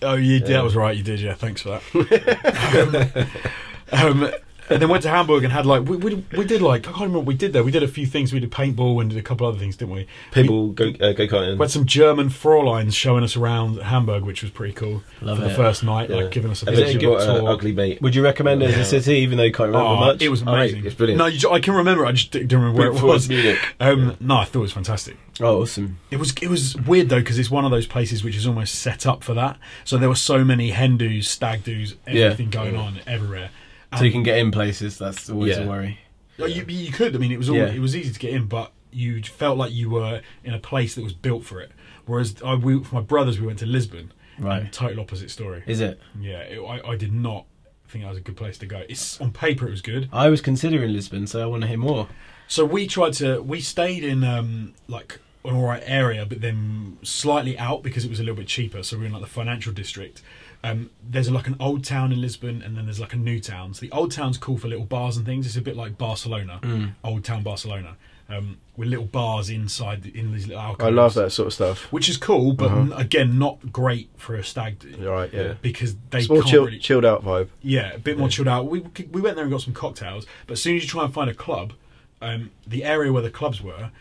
C: Oh, you, that was right. You did. Yeah, thanks for that. *laughs* um, um, and then went to Hamburg and had like we, we we did like I can't remember what we did there. We did a few things. We did paintball and did a couple other things, didn't we?
D: People go uh, go karting.
C: We had some German Fräuleins showing us around Hamburg, which was pretty cool
E: Love
C: for the
E: it.
C: first night,
D: Yeah.
C: like giving us a
D: and
C: bit
D: then
C: of
D: she
C: a
D: brought uh,
C: tour.
D: ugly mate.
E: Would you recommend it as a city, even though you can't remember
C: Oh,
E: much?
C: it was
D: Oh, mate,
C: amazing.
D: it's brilliant.
C: No, you, ju- I can remember. it, I just d- didn't remember where it
D: Before
C: was.
D: Munich.
C: *laughs* Um, No, I thought it was fantastic.
E: oh, awesome.
C: It was it was weird though because it's one of those places which is almost set up for that. So there were so many hen do's, stag do's,
E: Yeah.
C: everything going on everywhere.
E: So you can get in places. That's always
D: Yeah.
E: a worry.
C: Oh, You, you could. I mean, it was all,
E: Yeah.
C: it was easy to get in, but you felt like you were in a place that was built for it. Whereas I, we, for my brothers, we went to Lisbon.
E: Right.
C: and Total opposite story.
E: Is it?
C: yeah, it, I, I did not think that was a good place to go. It's on paper it was good.
E: I was considering Lisbon, so I want to hear more.
C: So we tried to we stayed in um like an alright area, but then slightly out because it was a little bit cheaper. So we were in like the financial district. um, there's like an old town in Lisbon and then there's like a new town. So the old town's cool for little bars and things. It's a bit like Barcelona, old town Barcelona, um, with little bars inside the, in these little alcoves.
B: I love that sort of stuff.
C: Which is cool, but n- again, not great for a stag do.
B: You're right, yeah.
C: Because they
B: Small
C: can't
B: chill,
C: really,
B: chilled out vibe.
C: yeah, a bit more chilled out. We we went there and got some cocktails, but as soon as you try and find a club, um, the area where the clubs were,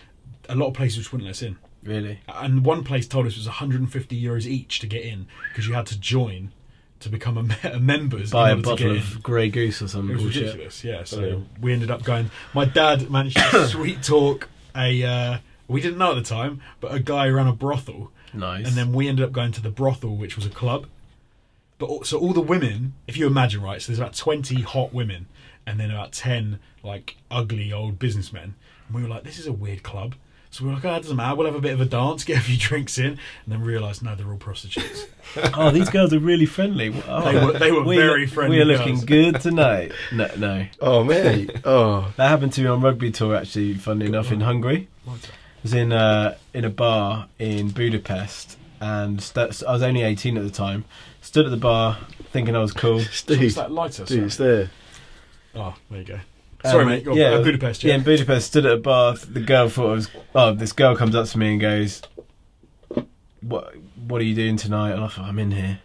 C: a lot of places wouldn't let us in.
E: Really?
C: And one place told us it was 150 euros each to get in because you had to join to become a, me- a member.
E: Buy a bottle of Grey Goose or something.
C: It was
E: bullshit.
C: ridiculous. Yeah, so we ended up going. My dad managed to sweet talk a. Uh, we didn't know at the time, but a guy ran a brothel.
E: Nice.
C: And then we ended up going to the brothel, which was a club. But all, so all the women, if you imagine right, so there's about twenty hot women, and then about ten like ugly old businessmen. And we were like, this is a weird club. So we were like, oh, it doesn't matter. We'll have a bit of a dance, *laughs* get a few drinks in, and then realise no, they're all prostitutes.
E: oh, these girls are really friendly. Oh,
C: They were- they were very friendly
E: We're looking
C: girls.
E: good tonight. No, no.
B: Oh man. oh.
E: That happened to me on rugby tour, actually, funnily enough, in Hungary. I was in a, in a bar in Budapest, and st- I was only 18 at the time. Stood at the bar thinking I was cool.
C: It's
B: Steve.
C: like lighter.
B: Dude,
C: sorry.
B: it's there.
C: Oh, there you go. Sorry,
E: Um,
C: mate. Go on. Uh, Budapest. Yeah.
E: in Budapest, stood at a bar. The girl thought I was. Oh, this girl comes up to me and goes, "What? What are you doing tonight?" And I thought, "I'm in here."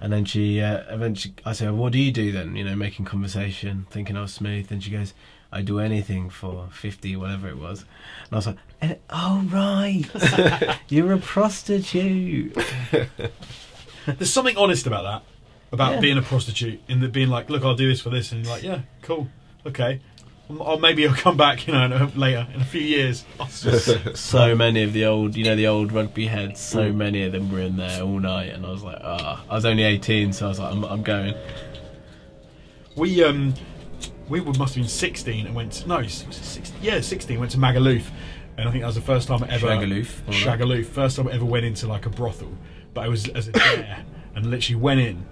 E: And then she uh, eventually, I said, "What do you do then?" You know, making conversation, thinking I was smooth. Then she goes, "I do anything for fifty, whatever it was." And I was like, "Eh, "Oh
C: *laughs*
E: right, you're a prostitute."
C: There's something honest about that, about
E: Yeah.
C: being a prostitute, in that being like, look, I'll do this for this, and you're like, yeah, cool, okay. Or or maybe I'll come back, you know, in a- later in a few years. *laughs* I'll just-
E: So many of the old, you know, the old rugby heads. So many of them were in there all night, and I was like, "Ah." I was only eighteen, so I was like, "I'm, I'm going."
C: we um, we were, must have been 16 and went. To, no, was it 16? Yeah, 16. Went to Magaluf, and I think that was the first time I ever
E: Shagaloof, all right.
C: Shagaloof. First time I ever went into like a brothel, but I was as a *coughs* dare and literally went in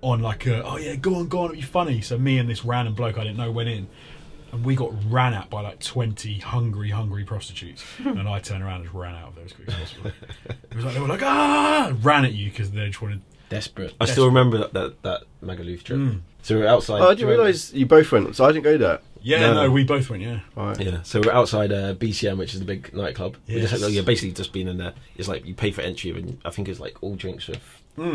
C: on like a oh yeah, go on, go on, it'd be funny. So me and this random bloke I didn't know went in. And we got ran at by like twenty hungry, hungry prostitutes, and I turned around and just ran out of there as quick as possible. it was like they were like ah, ran at you because they just wanted.
E: Desperate.
D: I still remember that that, that Magaluf trip. So we were outside.
B: Oh, I didn't realise you both went. So I didn't go there.
C: Yeah,
D: No.
C: no, we both went. Yeah,
E: Oh,
B: Right.
D: Yeah, so we're outside uh, BCM, which is the big nightclub. We just had,
C: Yes.
D: yeah, basically just been in there. It's like you pay for entry, and I think it's like all drinks with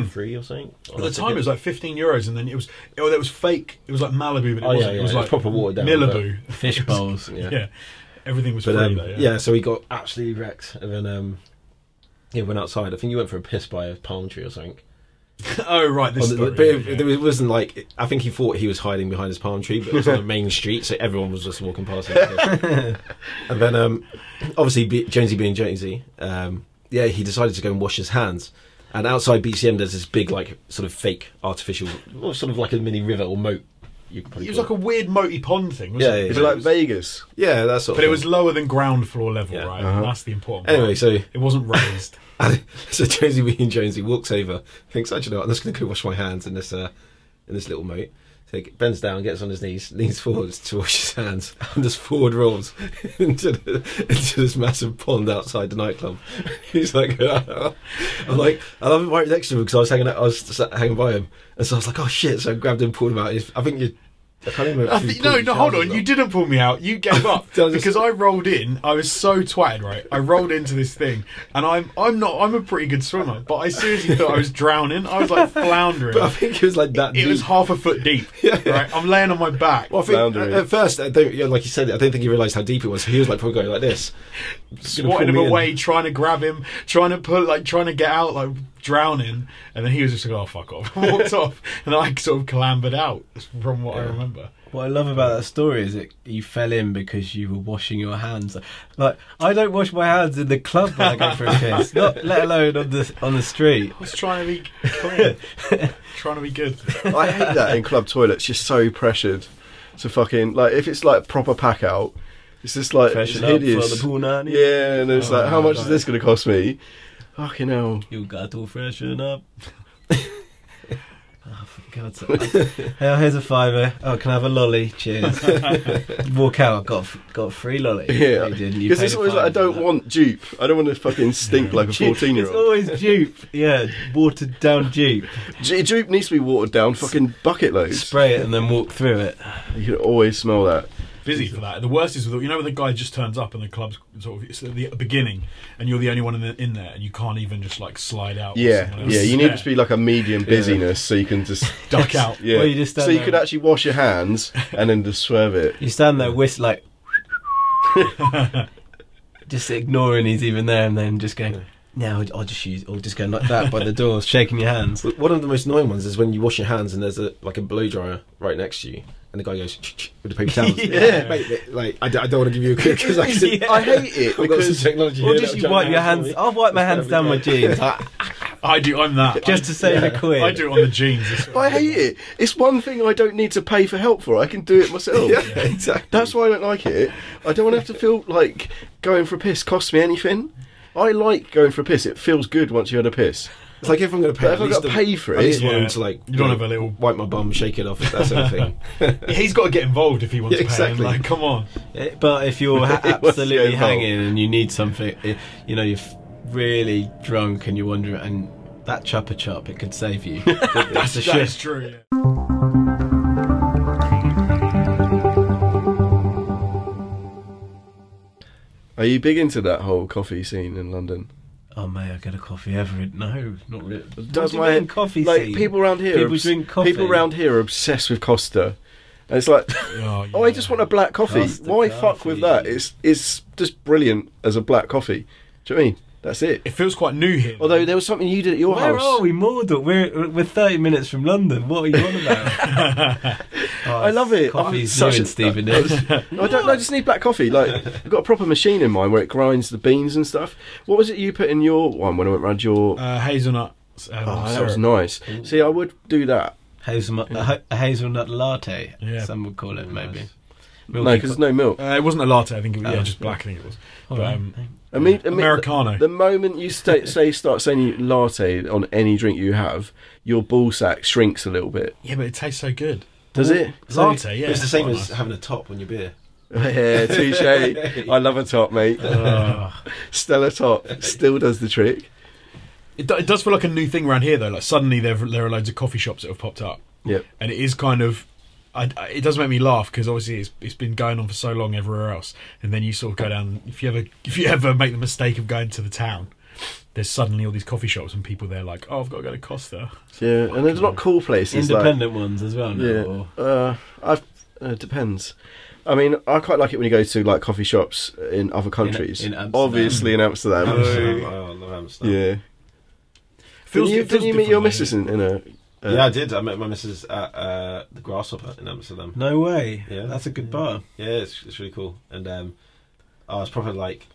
D: free or something.
C: At the time, it was like 15 euros, and then it was oh, that was fake. It was like Malibu, but it
D: Oh, yeah,
C: wasn't.
D: yeah,
C: It was
D: it's
C: like
D: proper watered down,
C: Malibu. *laughs*
E: Fish bowls.
D: yeah.
C: yeah. everything was
D: But
C: free
D: um,
C: though.
D: yeah.
C: Yeah,
D: so we got absolutely wrecked, and then um, yeah, went outside. I think you went for a piss by a palm tree or something.
C: *laughs* oh right, this
D: On the-
C: story,
D: but it,
C: yeah, yeah.
D: it wasn't like I think he thought he was hiding behind his palm tree, but it was on the main street, so everyone was just walking past him.
C: *laughs*
D: and then, um, obviously, be, Jonesy being Jonesy, um, yeah, he decided to go and wash his hands. And outside BCM, there's this big, like, sort of fake artificial, well, sort of like a mini river or moat. You could probably
C: It was
D: call
C: like a weird moaty pond thing, wasn't
D: Yeah,
C: it?
D: yeah,
B: Is it like Vegas?
D: yeah, that sort
C: But
D: of
C: it was lower than ground floor level,
D: Yeah.
C: right? That's the important.
D: Anyway,
C: part.
D: so-
C: it wasn't raised.
D: And *laughs* so Jonesy being Jonesy walks over, thinks, actually, you know what, I'm just going to go wash my hands in this uh, in this little moat. So he bends down, gets on his knees, leans forward to wash his hands, *laughs* and just forward rolls *laughs* into the, into this massive pond outside the nightclub. *laughs* He's like, *laughs* I'm like, and I'm right next to him because I was hanging out, I was sat hanging by him, and so I was like, oh shit! So I grabbed him, pulled him out. He's- I think you, I can't remember.
C: *laughs* I
D: if you
C: think,
D: pulled
C: no,
D: his
C: no, hold
D: trousers
C: on.
D: up.
C: You didn't pull me out. You *laughs* gave up
D: I was just-
C: because I rolled in. I was so twatted, right? I rolled into this thing, and I'm I'm not I'm a pretty good swimmer, but I seriously thought I was drowning. I was *laughs* like floundering.
D: But I think it was like that.
C: it was
D: deep.
C: half a
B: *laughs*
C: foot deep. Right, I'm laying on my back.
D: Well, I think
B: Floundering.
D: uh, at, at first, I don't, yeah, like you said, I don't think he realised how deep it was. He was like probably going like this, Just gonna
C: swatting him
D: pull me in.
C: away, trying to grab him, trying to put, like, trying to get out, like, drowning. And then he was just like, oh, fuck off. *laughs* Walked off. And I sort of clambered out, from what I remember.
E: What I love about that story is that you fell in because you were washing your hands. Like I don't wash my hands in the club when I go *laughs* for a piss, not let alone on the on the street.
C: I was trying to
B: *laughs*
C: be clean, trying to be good.
B: I hate that in club toilets. You're so pressured to fucking like if it's like proper pack out. It's just like it's
E: Freshen up
B: hideous.
E: for the pool nanny.
B: yeah, and it's
C: Oh,
B: like, how much is
C: right.
B: this going to cost me? Fucking hell.
E: *laughs* You got to freshen up. Ah, for God. so- oh, here's a fiver. Oh, can I have a lolly? Cheers. Walk out. Got f- got a free lolly.
B: Yeah,
E: You did, and you
B: because
E: paid
B: it's
E: a
B: always like I
E: fiver for
B: don't
E: that.
B: want dupe. I don't want to
E: *laughs*
B: fucking stink like a
E: Dupe. It's
B: fourteen-year-old.
E: always dupe. Yeah, watered down dupe.
B: Ju- dupe needs to be watered down, fucking bucket loads.
E: Spray it and then walk through it.
B: You can always smell that.
C: busy for that. The worst is with you know when the guy just turns up and the club's sort of it's at the beginning, and you're the only one in, the, in there, and you can't even just like slide out. with
B: Yeah,
C: someone else.
B: yeah. You need to be like a medium busyness, so you can just
C: duck out.
B: yeah.
E: Well, you just stand
B: so you
E: there
B: could
E: and-
B: actually wash your hands and then just swerve it.
E: You stand there,
B: *laughs*
E: whist like, just ignoring he's even there, and then just going. Now I'll just use, or just going like that by the door, shaking
B: *laughs*
E: your hands.
D: But One of the most annoying ones is when you wash your hands and there's a like a blow dryer right next to you, and the guy goes "Ch- ch-" with the paper towels.
E: Yeah.
D: Mate, like I, d- I don't want to give you a kick because I, said-
E: Yeah.
B: I hate it
D: I've got some
B: because
D: technology.
E: Or
D: here
E: just
D: that'll
E: you
D: jump
E: wipe your
D: out
E: hands.
D: for me.
E: I'll wipe my hands down
B: *laughs*
E: my jeans
C: I do. I'm that.
E: just to save a
C: I,
E: quid.
C: I do it on the jeans. That's what
B: I hate it. It's one thing I don't need to pay for help for. I can do it myself.
D: Yeah, exactly.
B: *laughs* That's why I don't like it. I don't want to have to feel like going for a piss costs me anything. I like going for a piss. It feels good once you had a piss.
D: It's like if I'm going to pay,
B: But
D: at
B: if I've
D: least
B: got to
D: I'm-
B: pay for
D: I
B: it-
D: just want
C: Yeah.
D: him to like.
C: You don't have a little-
D: wipe my bum, shake it off,
E: *laughs*
D: that sort of thing.
C: He's got to get involved if he wants
D: Yeah,
C: to
D: exactly.
C: pay. him, Like, come on.
E: Eh, But if you're ha-
B: *laughs* It was
E: absolutely
B: so
E: hanging and you need something, eh, you know, you're f- really drunk and you're wondering, and that chopper chop, it could
B: *laughs*
E: save you. That's the
C: That is
E: shit.
C: true. Yeah.
B: Are you big into that whole coffee scene in London?
E: Oh, may I get a coffee ever? No, not really. What
B: Does
E: do you
B: my
E: mean coffee
B: like
E: scene?
B: people around here?
E: People
B: obs-
E: drink coffee.
B: People around here are obsessed with Costa. And it's
E: *laughs*
B: like,
C: Oh,
B: oh, I just want a black coffee.
E: Costa
B: Why fuck with that?
E: coffee.
B: It's it's just brilliant as a black coffee. Do you know what I mean? That's it.
C: It feels quite new here.
B: Although there was something you did at your
E: Where
B: house.
E: are we, Mordor? We're we're 30 minutes from London. What are you on about?
B: *laughs*
E: Oh,
B: I love it. I'm
E: Coffee's
B: such
E: such
B: a-
E: a Stephen.
B: *laughs*
E: is.
B: No, Oh, I don't. know. I just need black coffee. Like
E: *laughs*
B: I've got a proper machine in mine where it grinds the beans and stuff. What was it you put in your one when I went round your?
C: uh, hazelnut. Um,
B: oh, that
C: syrup.
B: was nice. See, I would do that.
E: hazelnut, a, ha- a hazelnut latte.
C: Yeah.
E: Some would call it maybe.
B: No, 'cause no, because there's no milk.
C: Uh, it wasn't a latte. I think it was yeah,
E: Oh.
C: just black. I think it was.
E: All
C: but,
E: right,
C: um,
E: thanks.
B: I mean, I mean,
C: Americano.
B: The moment you sta say start saying you latte on any drink you have, your ball sack shrinks a little bit.
C: yeah, but it tastes so good.
B: Does it? *laughs*
C: Latte. Yeah,
D: It's the same
C: quite
D: as
C: nice.
D: having a top on your beer.
B: yeah, touche. I love a top, mate.
C: Oh.
B: Stella top still does the trick.
C: It, do, it does feel like a new thing around here, though. Like suddenly there there are loads of coffee shops that have popped up,
B: Yep.
C: and it is kind of. I, I- it does make me laugh because obviously it's, it's been going on for so long everywhere else, and then you sort of go down. If you ever if you ever make the mistake of going to the town, there's suddenly all these coffee shops and people there like, oh, I've got to go to Costa.
B: Yeah, and they're not cool places. like-
E: Independent ones as well. Now,
B: Yeah,
E: or-
B: uh, I've, uh, depends. I mean, I quite like it when you go to like coffee shops in other countries.
E: in Amsterdam.
B: Obviously, in Amsterdam.
D: Amsterdam. Oh, I love Amsterdam.
B: yeah.
C: Feels-
B: did you,
C: it feels
B: didn't you meet your
C: different,
B: missus in, in a? Uh,
D: yeah, I did. I met my missus at uh, the Grasshopper in Amsterdam.
E: No way.
D: Yeah.
E: That's a good
D: Yeah.
E: bar.
D: Yeah, it's, it's really cool. And um, I was proper like,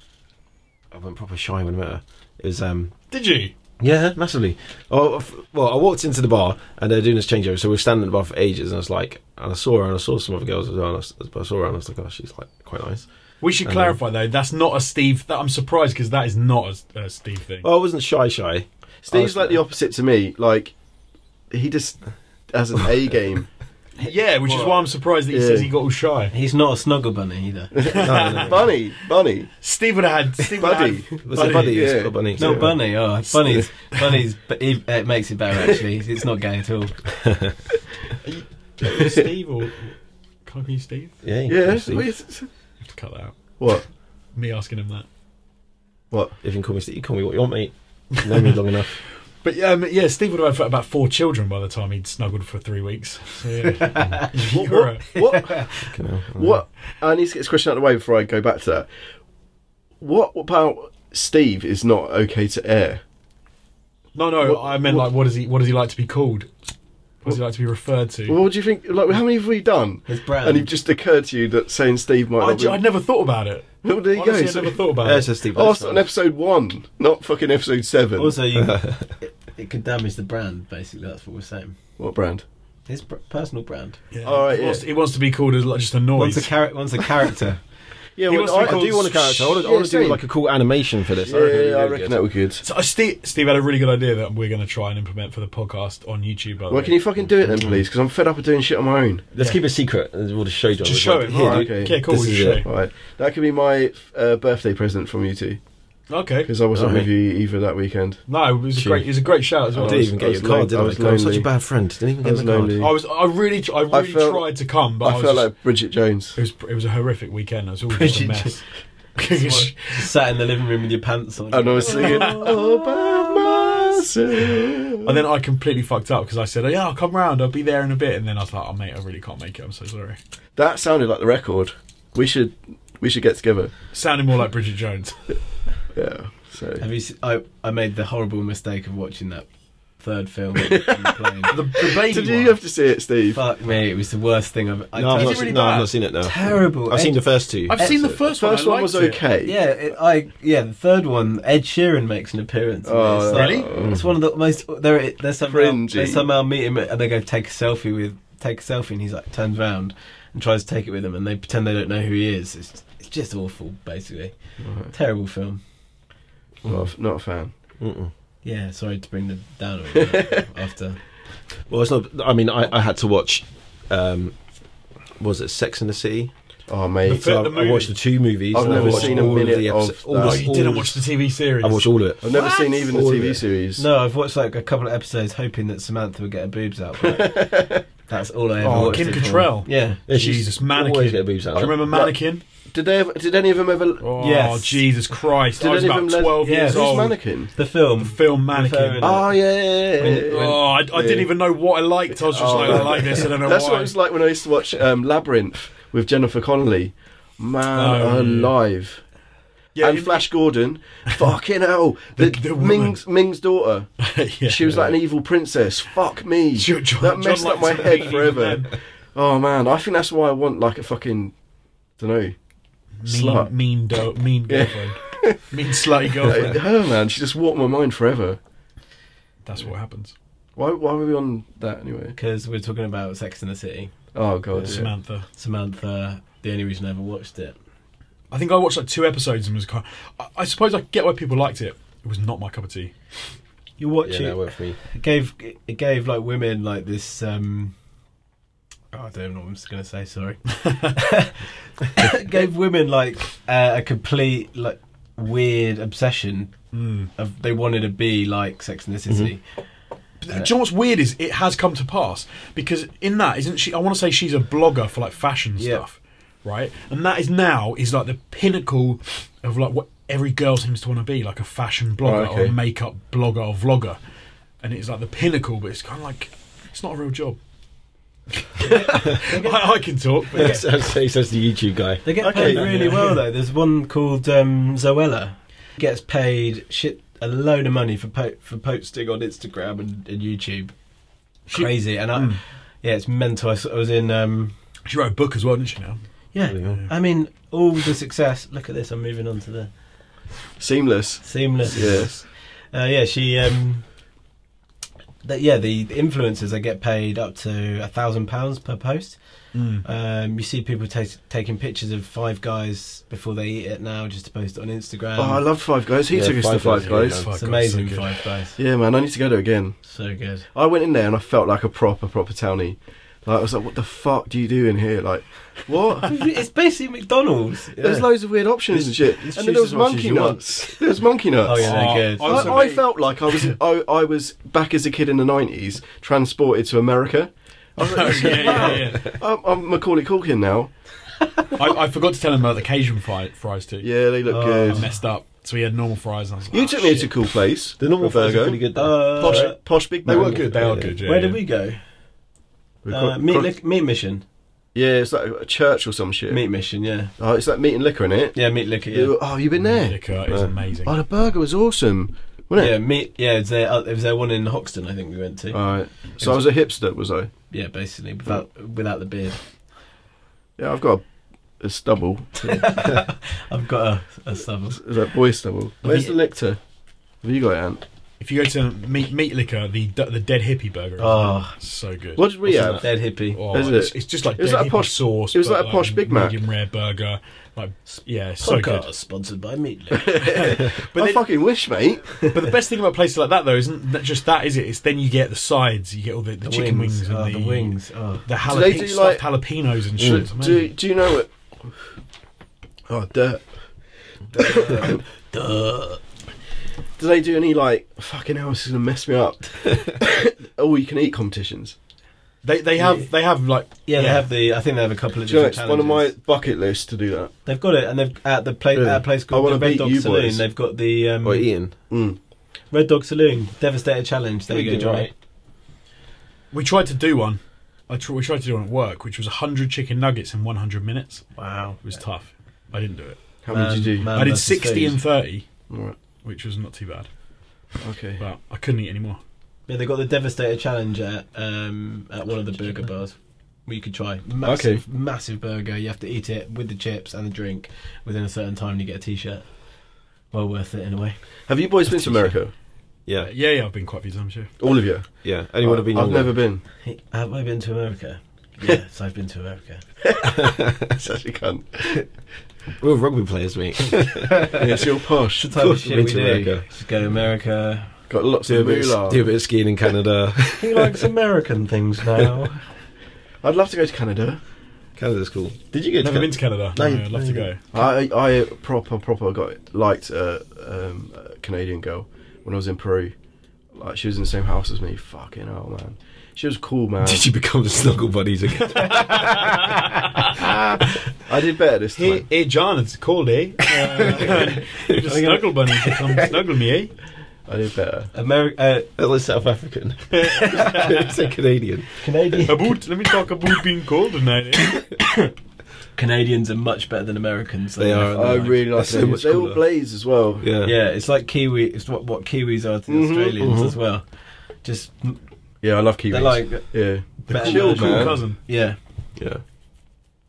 D: I went proper shy when I met her. It was um,
C: Did you?
D: yeah, massively. Oh, f- well, I walked into the bar and they're doing this changeover, so we were standing at the bar for ages, and I was like, and I saw her, and I saw some other girls as well, and I, s- I saw her, and I was like, oh, she's like quite nice.
C: We should
D: Um,
C: clarify though. That's not a Steve. That, I'm surprised because that is not a, a Steve thing.
B: Oh.
D: Well, I wasn't shy, shy.
B: Steve's like the opposite to me. Like, he just has an A game.
C: yeah, which is why I'm surprised that he
B: Yeah.
C: says he got all shy.
E: He's not a snuggle bunny
B: *laughs*
E: either.
D: No, no, *laughs* no.
B: bunny, bunny.
C: Steve would have had Steve would have
B: Buddy.
C: had
D: Was it Buddy?
B: yeah.
D: Yeah. Bunny.
E: No
D: Yeah.
E: bunny. Oh, bunnies. bunnies. But it, it makes it
B: *laughs*
E: better actually. It's not gay at all.
C: Steve or can I be Steve?
D: Yeah. you can
B: Yeah.
D: Steve.
B: what is-
C: have to cut that out.
B: What?
C: Me asking him that.
D: If you can call me Steve, you call me what you want, mate. You know me long enough.
C: But um, yeah, Steve would have had about four children by the time he'd snuggled for three weeks. So, yeah. You're a-
B: What?
D: Fucking hell.
B: what? I need to get this question out of the way before I go back to that. What about Steve is not okay to air?
C: no, no,
B: What-
C: I meant
B: what-
C: like, what does he? What does he like to be called? What does he like to be referred to?
B: Well, what do you think? Like, how many have we done?
E: His brand.
B: And it just occurred to you that saying Steve might
C: I,
B: not be.
C: ju- I'd never thought about it.
B: Well, there you
C: Honestly,
B: go.
C: I
B: So-
C: never thought about
D: Yeah,
C: it.
D: so Steve.
B: Oh,
D: that's
B: it's on
D: fine.
B: episode one, not fucking episode seven. *laughs*
E: Also, you, it, it could damage the brand. Basically, that's what we're saying.
B: what brand?
E: His pr- personal brand.
C: Yeah.
B: All right,
C: he, wants,
B: yeah.
C: he wants to be called as like, just a
B: *laughs*
C: noise.
E: Once a, char- once a character.
B: Yeah,
C: He
B: well,
C: wants to be
B: I- I
C: called
D: do want a character. I want to, I
B: Yeah,
D: want to do
B: same.
D: like a cool animation for this.
B: Yeah, I reckon that we could.
C: So uh, Steve, Steve had a really good idea that we're going to try and implement for the podcast on YouTube. By the
B: Well,
C: way.
B: can you fucking do it then, please? Because I'm fed up of doing shit on my own.
D: Let's keep it secret. and We'll just show you.
C: Just show
D: it.
C: him.
B: here,
C: all right.
B: okay.
C: Yeah, cool.
D: This
C: we'll
D: is
C: show
D: it.
C: him.
B: All right, that could be my uh, birthday present from you two
C: Okay.
B: because I wasn't
D: Alright.
B: with you either that weekend.
C: No, it was a great. It was a great shout as
D: I
C: well.
D: didn't
B: was-
D: even
B: I
D: get
B: was
D: your card,
B: lon-
D: did I?
B: I was
D: am such a
B: lonely.
D: bad friend. Didn't even
B: I
D: get
B: was
D: my card.
B: lonely.
C: I was. I really. tr- I really
B: felt-
C: tried to come, but I,
B: I
C: was
B: felt
C: just-
B: like Bridget Jones.
C: *laughs* it was. It was a horrific weekend. It was all just a
B: *laughs*
E: Bridget
C: mess. *laughs*
E: Sat in the living room with your pants on.
B: And I was singing all by myself.
C: And then I completely fucked up because I said, oh, "Yeah, I'll come round. I'll be there in a bit." And then I was like, "Oh, mate, I really can't make it. I'm so sorry."
B: That sounded like the record. We should we should get together.
C: Sounding more like Bridget Jones.
B: Yeah. So
E: Have you? Se- I I made the horrible mistake of watching that third
C: *laughs*
E: film on the plane.
C: The, the baby.
B: did
C: one.
B: you have to see it, Steve?
E: Fuck me! It was the worst thing I've. I
D: No,
E: totally-
D: I've not,
C: Is it really
D: seen, no, I've
C: bad?
D: not seen it now.
E: Terrible.
D: I've seen
E: Ed-
D: the first two.
C: I've seen the
E: Excellent.
C: first,
B: First
C: one. I
B: one was
C: liked it.
B: okay.
E: Yeah, it, I yeah. The third one, Ed Sheeran makes an appearance. in
B: Oh,
E: this.
C: Really?
E: It's one of the most. They're, they're somehow they
B: Cringy.
E: somehow meet him and they go take a selfie with take a selfie and he's like turns round and tries to take it with him and they pretend they don't know who he is. It's it's just awful, basically. Terrible film.
B: Not, a, not a fan.
D: Mm-mm.
E: Yeah, sorry to bring them down
C: *laughs*
E: a little bit after.
D: Well, it's not. I mean, I, I had to watch. Um, was it Sex in the City?
B: Oh
C: The
B: mate,
C: fir-
D: I,
C: the movie.
D: I watched the two movies.
B: I've
D: and
B: never
D: I watched
B: seen a
D: all
B: minute
D: the
B: of
D: episodes- all
B: that.
D: the- Oh,
C: You didn't
D: all-
C: watch the TV series.
D: I watched all of it.
B: I've never
C: What?
B: seen even the
D: All of
B: TV
D: it.
B: series.
E: No, I've watched like a couple of episodes hoping that Samantha would get her boobs out. But
D: *laughs*
E: that's all I ever
C: Oh,
E: watched.
C: Kim
E: it for.
C: Cattrall.
E: Yeah.
D: Yeah, she's
C: Jesus,
D: Always
C: mannequin.
D: get boobs
C: Do
D: out.
C: you remember Mannequin?
B: Did they? Ever, did any of them ever?
C: Oh,
E: Yes.
C: Jesus Christ!
B: Did
C: I was
B: any of
C: about
B: them let-
C: twelve
E: Yeah,
C: years
E: who's
B: Who's
C: old.
B: mannequin?
E: The film.
C: The film
E: Fair
C: Mannequin.
E: enough.
B: Oh yeah. yeah, yeah, yeah.
C: Oh, I, I didn't
B: Yeah.
C: even know what I liked. I was just
B: Oh.
C: like, I like this. I don't know
B: That's
C: why.
B: what it was like when I used to watch um, Labyrinth with Jennifer Connelly. Man
C: Oh, yeah.
B: alive.
C: yeah,
B: and
C: in-
B: Flash Gordon. Fucking hell. The,
C: The- the woman.
B: Ming's, Ming's daughter.
C: *laughs* yeah.
B: She was like an evil princess. Fuck me.
C: John- John-
B: that messed
C: John
B: up my
C: likes
B: head
C: Ming
B: forever.
C: even then.
B: Oh man, I think that's why I want like a fucking, don't know, slut.
C: mean, mean, do- mean girlfriend,
B: *laughs*
C: mean slutty
B: Like,
C: girlfriend.
B: her man, she just walked my mind forever.
C: That's what happens.
B: Why? Why were we on that anyway?
E: Because we're talking about Sex in the City.
B: Oh god. yeah.
C: Samantha.
E: Samantha, the only reason I ever watched it.
C: I think I watched like two episodes and was kind. I, I suppose I get why people liked it. It was not my cup of tea.
E: You watch
D: Yeah,
E: it.
D: that worked for *laughs* me.
E: it gave it gave like women like this. um oh, I don't know what I'm just gonna say.
D: *laughs*
E: Sorry. it gave women like uh, a complete like weird obsession
C: Mm.
E: of they wanted to be like Sex and the
D: Mm-hmm.
E: City.
C: But do you know what's weird is it has come to pass because in that isn't she? I want to say she's a blogger for like fashion
E: Yeah.
C: stuff, right? And that is now is like the pinnacle of like what every girl seems to want to be, like a fashion blogger
B: Right,
C: or
B: okay.
C: a makeup blogger or vlogger, and it's like the pinnacle, but it's kind of like it's not a real job. *laughs* I, I can talk,
D: *laughs*
C: but
D: He says the YouTube guy.
E: They get
B: Okay.
E: paid really well though. There's one called um, Zoella. Gets paid shit a load of money for po- for posting on Instagram and, and YouTube.
C: She-
E: Crazy, and I, yeah, it's mental. I, s- I was in, um,
C: she wrote a book as well, didn't she? Now
E: yeah.
D: Yeah.
E: I mean, all the success. Look at this. I'm moving on to the
B: Seamless.
E: seamless.
B: Yes.
E: Uh, yeah, she. Um, that yeah, the, the influencers they get paid up to a thousand pounds per post.
B: Mm.
E: Um, you see people ta taking pictures of Five Guys before they eat it now, just to post it on Instagram.
B: oh, I loved Five Guys. Who
D: yeah,
B: took us to
D: Five
B: Five
D: Guys,
B: Guys?
D: yeah.
C: Fuck,
E: It's
C: God,
E: amazing,
C: so good.
E: Five Guys.
B: Yeah, man, I need to go to it again.
E: So good.
B: I went in there and I felt like a proper proper townie. Like I was like, what the fuck do you do in here? Like, what?
E: *laughs* it's basically McDonald's.
B: There's loads of weird options and shit.
D: it's
B: And then there
D: choose
B: was
D: as much as
B: monkey
D: you want.
B: nuts. There was monkey nuts.
E: Oh, yeah, they're good.
C: I,
B: I,
C: was
B: I
C: amazed.
B: felt like I was I, I was back as a kid in the nineties, transported to America. I was like, this is-
C: *laughs* yeah, yeah, yeah.
B: I'm, I'm Macaulay Culkin now.
C: I, I forgot to tell him about the Cajun fri- fries too.
B: Yeah, they look
C: I
B: good.
C: messed up. So we had normal fries, and I was like,
B: You
C: "Ah,
B: took me
C: shit.
B: to a cool place.
D: The normal
B: for
D: fries
B: burger.
D: are pretty good. Though.
E: Uh,
B: Posh, posh big.
D: They
B: man.
D: were good,
C: They
D: Yeah,
C: are
D: yeah.
C: good. Yeah,
E: where
C: yeah.
E: did we go?
B: We
E: Uh,
B: cro-
E: meat,
B: cro-
E: lick, meat Mission.
B: yeah, it's like a church or some shit.
E: Meat Mission, yeah.
B: Oh, it's like meat and liquor in it.
E: Yeah, Meat Liquor, yeah.
B: You- Oh, you've been there.
C: Liquor is amazing.
B: Oh, the burger was awesome, wasn't
E: Yeah,
B: it? Uh.
E: meat. Yeah, it was there. uh, it was there one in Hoxton, I think we went to.
B: All right. So I was a hipster, was I?
E: yeah, basically without without the beard.
B: Yeah, I've got a, a stubble.
E: I've got a, a stubble.
B: Is that boy stubble? Where's the lictor? Have you got it, Ant?
C: If you go to Meat Meat Liquor, the the dead hippie burger, is
E: Ah.
C: so good.
B: Uh, What did we
E: What's in
B: have?
E: that? Dead hippie.
C: Oh,
B: Is
C: it's,
B: it?
C: it's just like
B: It was
C: dead
B: like a
C: hippie
B: posh-
C: sauce.
B: it was
C: but,
B: like a posh Big Mac.
C: medium rare burger. Like yeah, it's so good.
E: sponsored by Meat *laughs*
B: I
C: then-
B: fucking wish, mate.
C: But the best thing about places like that though isn't that just that, is it? It's then you get the sides, you get all the, the, chicken wings, and
E: oh, the, wings. Oh.
C: the
B: Ah, Do they
C: jalapeno,
B: do,
C: stuffed jalapenos and shit. It's
B: Do,
C: amazing.
B: do you know what? Oh, dirt. Do they do any like fucking hell? This is gonna mess me *laughs* up. All you can eat competitions.
C: They they have they have like
E: Yeah, they have the. I think they have a couple of.
B: Do you know
E: Different
B: it's one of my
E: challenges.
B: bucket lists to do that.
E: They've got it, and they've at the place
D: Really?
E: at a place
B: I
E: called
B: wanna
E: the Red
B: beat
E: Dog
B: you
E: Saloon.
B: boys.
E: They've got the um,
D: Or Ian.
B: Mm.
E: Red Dog Saloon Devastator Challenge. There
D: There
E: we go,
D: you go,
E: Johnny.
D: right.
C: We tried to do one. I tr- we tried to do one at work, which was hundred chicken nuggets in one hundred minutes.
E: Wow,
C: It was tough. I didn't do it.
B: How many did you do?
E: Man
C: I did
E: versus
C: sixty
E: food.
C: and thirty,
B: All right.
C: which was not too bad,
B: Okay.
C: but I couldn't eat anymore.
E: Yeah, they got the Devastator Challenge at um, at one of the burger bars. Where you could try massive, massive burger. You have to eat it with the chips and the drink within a certain time. and You get a T-shirt. Well worth it in a way.
B: Have you boys been to America?
D: Yeah,
C: Uh, Yeah, yeah, I've been quite a few times. Yeah,
B: All of you.
D: yeah. Anyone have been?
B: I've
D: younger?
B: never been.
E: Have I been to *laughs* America? Yes, I've been to America.
B: That's actually cunt.
D: We *laughs* were rugby players, mate.
B: Yeah, it's your posh.
E: It's the type of shit
D: Been
E: we
D: to
E: do.
D: America.
E: Just go to America.
B: Got lots
D: do, a
B: of
D: bit
B: moolah.
D: of, do a bit of skiing in Canada.
E: He likes American things *laughs* now.
B: I'd love to go to Canada.
D: *laughs* Canada's cool. Did you go?
C: never been to Canada. No,
D: No,
C: I'd love to go.
B: I I proper proper got liked a, um, a Canadian girl when I was in Peru. Like she was in the same house as me. Fucking hell, man. She was cool, man.
D: Did you become snuggle buddies again?
B: I did better this time.
C: Hey, hey, John, it's cold, *laughs* eh? Uh, you just snuggle bunny to come snuggle me, eh?
B: I did better.
E: America, uh,
D: that was South African. it's *laughs* a Canadian. *laughs*
E: Canadian.
C: About, let me talk about being cold tonight. Eh?
E: Canadians are much better than Americans.
D: They are.
B: I really like
D: That's so
B: them.
D: much
B: They all
D: cooler.
B: blaze as well.
D: Yeah.
E: Yeah, it's like Kiwi. It's what what Kiwis are to the
B: Mhm,
E: Australians
D: mhm.
E: as well. Just
B: Yeah, I love Kiwis.
E: they're like
B: yeah,
C: The
E: Better
C: cool,
E: than
C: cool
B: man.
C: cousin.
E: yeah,
D: Yeah.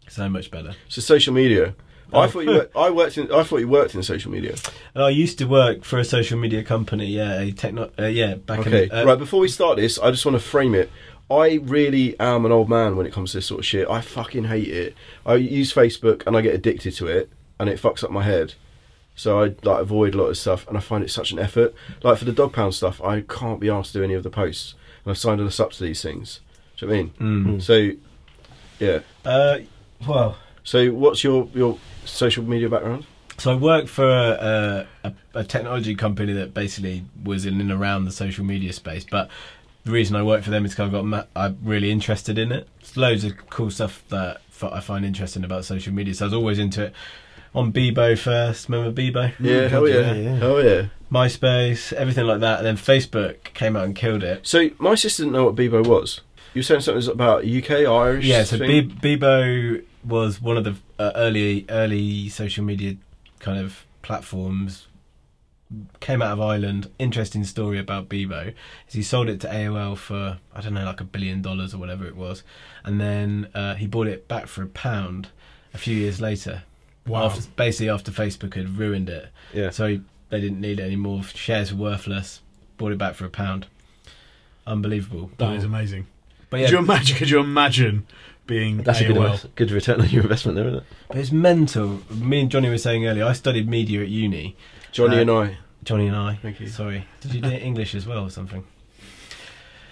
E: so much better.
B: so social media. I
E: Oh.
B: thought you worked, I worked in I thought you worked in social media.
E: And I used to work for a social media company. Yeah, a techno. Uh, yeah, back
B: Okay,
E: in the, uh,
B: right. Before we start this, I just want to frame it. I really am an old man when it comes to this sort of shit. I fucking hate it. I use Facebook and I get addicted to it, and it fucks up my head. So I like avoid a lot of stuff, and I find it such an effort. Like for the dog pound stuff, I can't be asked to do any of the posts, and I've signed us up to these things. Do you know what I mean?
E: Mm.
B: So, yeah.
E: Uh, well,
B: So, what's your your social media background?
E: so I worked for a, a, a technology company that basically was in and around the social media space. But the reason I worked for them is because I got ma- I'm really interested in it. There's loads of cool stuff that f- I find interesting about social media. So I was always into it. On Bebo first, remember Bebo? Mm,
B: Yeah, hell yeah,
D: yeah, yeah.
B: hell yeah.
E: MySpace, everything like that. And then Facebook came out and killed it.
B: So my sister didn't know what Bebo was. You were saying something about UK Irish.
E: Yeah, so
B: thing?
E: Be- Bebo was one of the uh, early early social media kind of platforms. Came out of Ireland. Interesting story about Bebo is he sold it to AOL for I don't know like a billion dollars or whatever it was, and then uh, he bought it back for a pound a few years later.
C: Wow.
E: After, basically after Facebook had ruined it.
D: Yeah.
E: So he- they didn't need it anymore. Shares were worthless. Bought it back for a pound. Unbelievable.
C: That is amazing.
E: But yeah,
C: Could you imagine? Could you imagine being
D: That's a good,
C: AOL?
D: invest- good return on your investment there, isn't it?
E: but it's mental. Me and Johnny were saying earlier, I studied media at uni.
B: Johnny
E: Uh,
B: and I.
E: Johnny and I.
B: Thank you.
E: Sorry. Did you do *laughs* English as well or something?